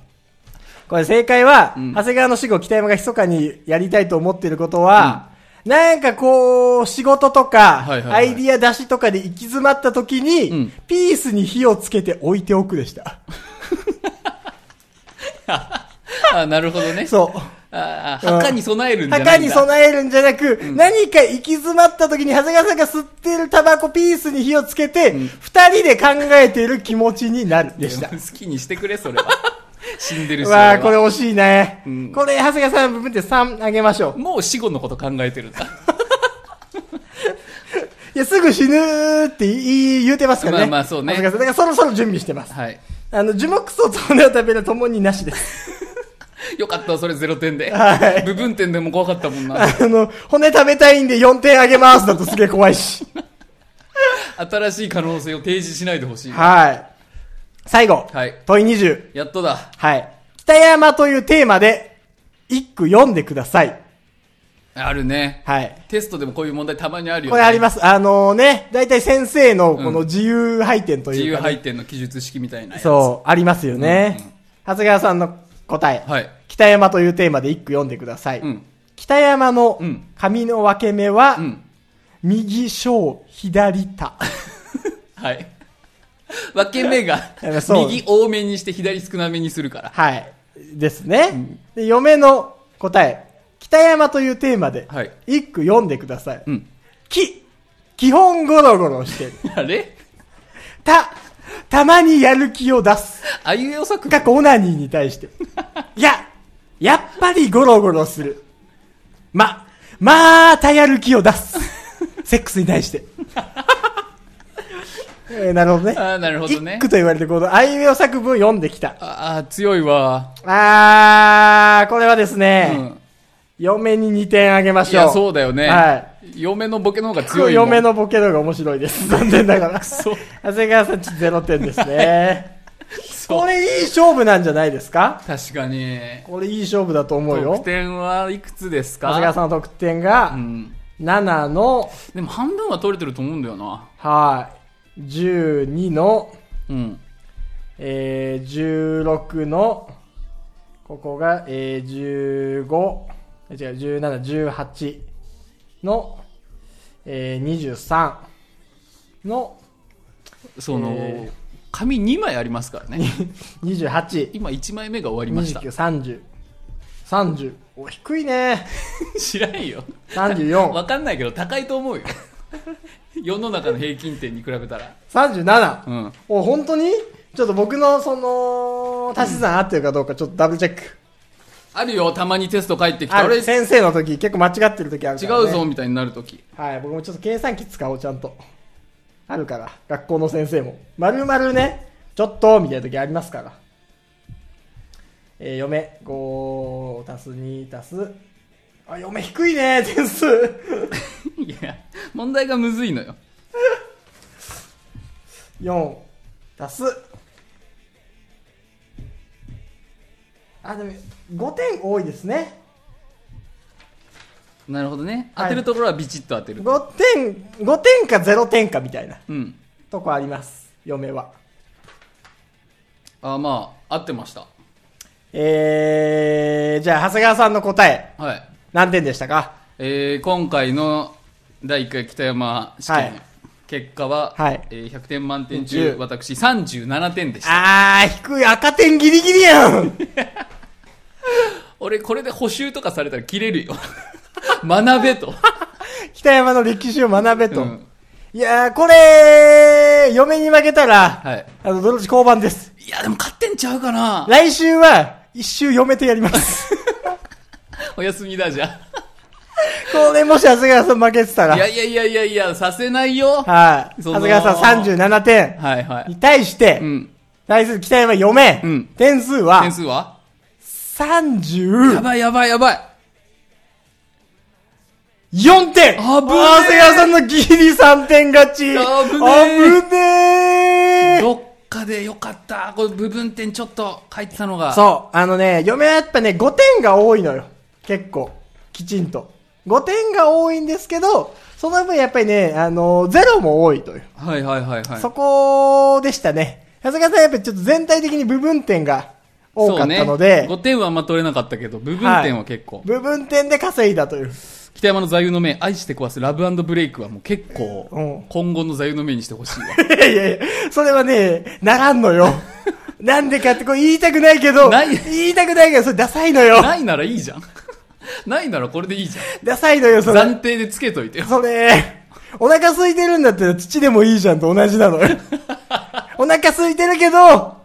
Speaker 2: これ正解は、
Speaker 1: ん
Speaker 2: 長谷川の死後、北山が密かにやりたいと思ってることは、なんかこう、仕事とか、
Speaker 1: はいはいはい
Speaker 2: アイディア出しとかで行き詰まった時に、
Speaker 1: うん
Speaker 2: ピースに火をつけて置いておくでした。
Speaker 1: あ、なるほどね。
Speaker 2: そう。
Speaker 1: ああ
Speaker 2: うん
Speaker 1: 墓に備えるんじゃな
Speaker 2: 墓
Speaker 1: いん
Speaker 2: に
Speaker 1: だ。
Speaker 2: 備えるんじゃなく、何か行き詰まった時に長谷川さんが吸ってるタバコピースに火をつけて、二、人で考えている気持ちになるでした
Speaker 1: い。や好きにしてくれ、それは。死んでるし。
Speaker 2: わあ、
Speaker 1: そ
Speaker 2: こ
Speaker 1: れ
Speaker 2: れ
Speaker 1: は
Speaker 2: 惜しいね。
Speaker 1: うん
Speaker 2: これ、長谷川さん部分で3あげましょう。
Speaker 1: もう死後のこと考えてるんだ。
Speaker 2: いや、すぐ死ぬって言い言うてますからね。
Speaker 1: まあまあそうね
Speaker 2: 長谷川さんだからそろそろ準備してます。
Speaker 1: はい。
Speaker 2: あの、樹木葬と骨を食べるともになしです。
Speaker 1: よかったわ、それ0点で。
Speaker 2: はい
Speaker 1: 部分点でも怖かったもんな。
Speaker 2: あの、骨食べたいんで4点あげますだとすげえ怖い し。
Speaker 1: 新しい可能性を提示しないでほしい。
Speaker 2: はい。最後。
Speaker 1: はい
Speaker 2: 問い20。
Speaker 1: やっとだ。
Speaker 2: はい。北山というテーマで、一句読んでください。
Speaker 1: あるね。
Speaker 2: はい。
Speaker 1: テストでもこういう問題たまにあるよね。
Speaker 2: これあります。あのね、だいたい先生のこの
Speaker 1: うん
Speaker 2: 自由配点と
Speaker 1: 自
Speaker 2: い
Speaker 1: 由
Speaker 2: うかね、
Speaker 1: 配点の記述式みたいなやつ。
Speaker 2: そう、ありますよね。
Speaker 1: うんうん
Speaker 2: 長谷川さんの答え。
Speaker 1: はい。
Speaker 2: 北山というテーマで一句読んでください。
Speaker 1: うん。
Speaker 2: 北山の
Speaker 1: うん
Speaker 2: 髪の分け目は、
Speaker 1: うん。
Speaker 2: 右小左 多。
Speaker 1: はい。 分け目が
Speaker 2: やそう
Speaker 1: 右多めにして左少なめにするから。
Speaker 2: はい。ですね。で、嫁の答え。北山というテーマで
Speaker 1: はい、
Speaker 2: 一句読んでください。
Speaker 1: うん。
Speaker 2: き、基本ゴロゴロしてる。
Speaker 1: あれ
Speaker 2: た、たまにやる気を出す。
Speaker 1: あいうえお作
Speaker 2: 過去オナニーに対して。 いや、やっぱりゴロゴロする。ま、またやる気を出 す。セックスに対して。えーなるほどね。
Speaker 1: あーなるほどね
Speaker 2: 一句と言われて、この、あいうえお作文を読んできた。
Speaker 1: ああ、強いわ。
Speaker 2: あー、これはです
Speaker 1: う
Speaker 2: ね、
Speaker 1: ん。
Speaker 2: 嫁に2点あげま
Speaker 1: い
Speaker 2: しょう。
Speaker 1: や、そうだよね。
Speaker 2: はい。
Speaker 1: 嫁のボケの方が強いもん。
Speaker 2: 嫁のボケの方が面白い です。残念ながら。
Speaker 1: そう。
Speaker 2: 長谷川さんち0点ですね。
Speaker 1: そ
Speaker 2: こ
Speaker 1: う。
Speaker 2: れいい勝負なんじゃないですか
Speaker 1: 確かに。
Speaker 2: これいい勝負だと思うよ。
Speaker 1: 得点はいくつですか
Speaker 2: 長谷川さんの得点が、
Speaker 1: うん。
Speaker 2: 7の、
Speaker 1: でも半分は取れてると思うんだよな。
Speaker 2: はい、12の、
Speaker 1: うん。
Speaker 2: えー、16の、ここが、えー、15、え違う、17、18の、えー、23の、
Speaker 1: その、
Speaker 2: えー
Speaker 1: 紙2枚ありますからね。
Speaker 2: 28、
Speaker 1: 今1枚目が終わりました
Speaker 2: 29、。30、30。お、低いね。
Speaker 1: 知らんよ。
Speaker 2: 34
Speaker 1: わ、かんないけど高いと思うよ。世の中の平均点に比べたら。
Speaker 2: 37。
Speaker 1: うん。
Speaker 2: お、本当にちょっと僕の、その、足し算合ってるかどうか、ちょっとダブルチェック。
Speaker 1: あるよ、たまにテスト返ってき
Speaker 2: あ
Speaker 1: た。
Speaker 2: れ
Speaker 1: 俺、違
Speaker 2: 先生の時結構間違ってる時あるから、ね、
Speaker 1: うぞ、みたいになるとき。
Speaker 2: はい僕もちょっと計算機使おうちゃんとあるから学校の先生もまるまるねちょっとみたいな時ありますからえー、嫁5足す2足すあ嫁低いね 点数
Speaker 1: いや、問題がむずいのよ。
Speaker 2: 4足すあでも5点多いですね
Speaker 1: なるほどね。
Speaker 2: はい
Speaker 1: 当てるところはビチッと当てる。
Speaker 2: 5点5点か0点かみたいな
Speaker 1: うん。
Speaker 2: とこあります嫁は
Speaker 1: あーまあ、合ってました。
Speaker 2: えー、じゃあ、長谷川さんの答え、
Speaker 1: はい。
Speaker 2: 何点でしたか
Speaker 1: えー今回の第1回北山試験、
Speaker 2: はい
Speaker 1: 結果は、
Speaker 2: はい
Speaker 1: えー100点満点中、
Speaker 2: 10
Speaker 1: 私37点でした。
Speaker 2: あー、低い、赤点ギリギリやん
Speaker 1: 俺、これで補修とかされたら切れるよ。 学べと。
Speaker 2: 北山の歴史を学べと。
Speaker 1: うん
Speaker 2: いやー、これ、嫁に負けたら、
Speaker 1: はい
Speaker 2: あの、どのうち交番です。
Speaker 1: いや、でも勝ってんちゃうかな。
Speaker 2: 来週は、一周嫁とやり ます。
Speaker 1: お休みだじゃ
Speaker 2: これ、もし長谷川さん負けてたら、
Speaker 1: あ。い
Speaker 2: は
Speaker 1: や
Speaker 2: い。
Speaker 1: いやいやいやいや、させないよ。は
Speaker 2: 長
Speaker 1: その
Speaker 2: 谷川さん37点
Speaker 1: いはい
Speaker 2: に。対して、
Speaker 1: うん。
Speaker 2: 対する北山嫁、
Speaker 1: うん
Speaker 2: 点数は
Speaker 1: 点、数はや
Speaker 2: 34
Speaker 1: ばいやばいやばい。
Speaker 2: 点長
Speaker 1: あぶねえ
Speaker 2: 谷川さんのギリ3点勝ち
Speaker 1: あぶねえ
Speaker 2: あぶねえ
Speaker 1: どっかでよかった。これ部分点ちょっと書いてたのが。
Speaker 2: そう、あのね、嫁はやっぱね、5点が多いのよ。結構。きちんと。5点が多いんですけど、その分やっぱりね、あの、ゼロも多いという。
Speaker 1: はいはいはいはい。
Speaker 2: そこでしたね。長谷川さんやっぱりちょっと全体的に部分点が多かったので、
Speaker 1: そうね、5点はあんま取れなかったけど、部分点は結構。
Speaker 2: 部分点で稼いだという。
Speaker 1: 北山の座右の銘、愛して壊すラブブレイクはもう結
Speaker 2: うん
Speaker 1: 構、今後の座右の銘にしてほしいわ。
Speaker 2: いやいやいや、それはね、ならんのよ。なんでかってこれ言いたくないけど、
Speaker 1: ない
Speaker 2: 言いたくないけど、それダサいのよ。
Speaker 1: ないならいいじゃん。 ないならこれでいいじゃん。
Speaker 2: ダサいのよ、それ。
Speaker 1: 暫定でつけといてよ。
Speaker 2: それ、お腹空いてるんだったら土でもいいじゃんと同じなの よ。お腹空いてるけど、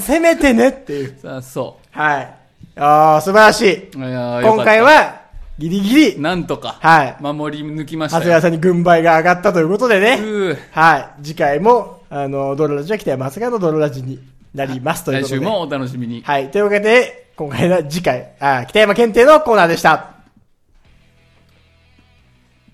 Speaker 2: せめてねっていう。
Speaker 1: さあ、そ
Speaker 2: はい。ああ、素晴らしい。
Speaker 1: う。いやー
Speaker 2: 今回、
Speaker 1: よかっ
Speaker 2: は、ギリギ
Speaker 1: た
Speaker 2: リ、
Speaker 1: なんとか、
Speaker 2: はい
Speaker 1: 守り抜きまし
Speaker 2: 長
Speaker 1: た
Speaker 2: 谷川
Speaker 1: よ。
Speaker 2: さんに軍配が上がったということでね。
Speaker 1: うー
Speaker 2: はい。次回も、あの、ドロラジは北山長谷川のドロラジになりますという
Speaker 1: 来
Speaker 2: ことで。
Speaker 1: 週もお楽しみに。
Speaker 2: はい。というわけで、今回の次回、あー北山検定のコーナーでした。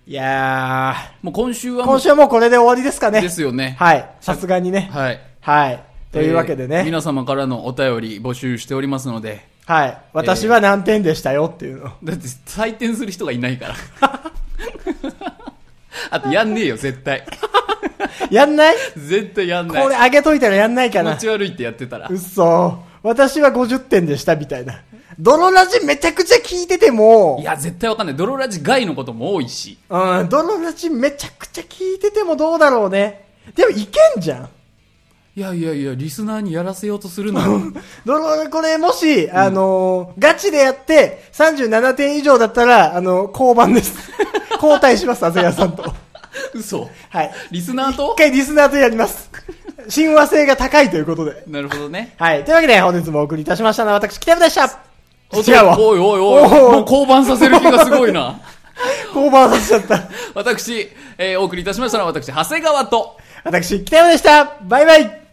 Speaker 2: いやー、
Speaker 1: もう今週はもう
Speaker 2: 今週はもうこれで終わりですかね。
Speaker 1: ですよね。
Speaker 2: はい。さすがにね。
Speaker 1: はい。
Speaker 2: はい。というわけで
Speaker 1: え
Speaker 2: ね。
Speaker 1: ー皆様からのお便り募集しておりますので、
Speaker 2: はい。私は何点でしたよっていうの。
Speaker 1: だって採点する人がいな いから。あとやんねえよ、絶対。
Speaker 2: やんない
Speaker 1: 絶対やん
Speaker 2: こ
Speaker 1: ない。
Speaker 2: れ上げといたらやんないか
Speaker 1: 気
Speaker 2: な
Speaker 1: 持。ち悪いってやってたら。
Speaker 2: うっそ私は50点でしたみたいな。泥ラジめちゃくちゃ聞いてても
Speaker 1: い、や、絶対わかんない。泥ラジ外のことも多いし。
Speaker 2: うん、泥ラジめちゃくちゃ聞いててもどうだろうね。でもいけんじゃん。
Speaker 1: いやいやいや、リスナーにやらせようとするな。
Speaker 2: ドロこれもし、あのーガチでやって、37点以上だったら、あのー降板 です。交代します、長谷川さんと。
Speaker 1: 嘘。
Speaker 2: はい。
Speaker 1: リスナーと
Speaker 2: 一回リスナーとやります。親和性が高いということで。
Speaker 1: なるほどね。
Speaker 2: はい。というわけで、本日もお送りいたしましたのは、私、北山でした。
Speaker 1: お
Speaker 2: 違うわ。
Speaker 1: おいおいおい、
Speaker 2: お
Speaker 1: もう降板させる気がすごいな。
Speaker 2: 降板させちゃった。
Speaker 1: 私、えーお送りいたしましたのは私、長谷川と。
Speaker 2: 私、北山でした。バイバイ。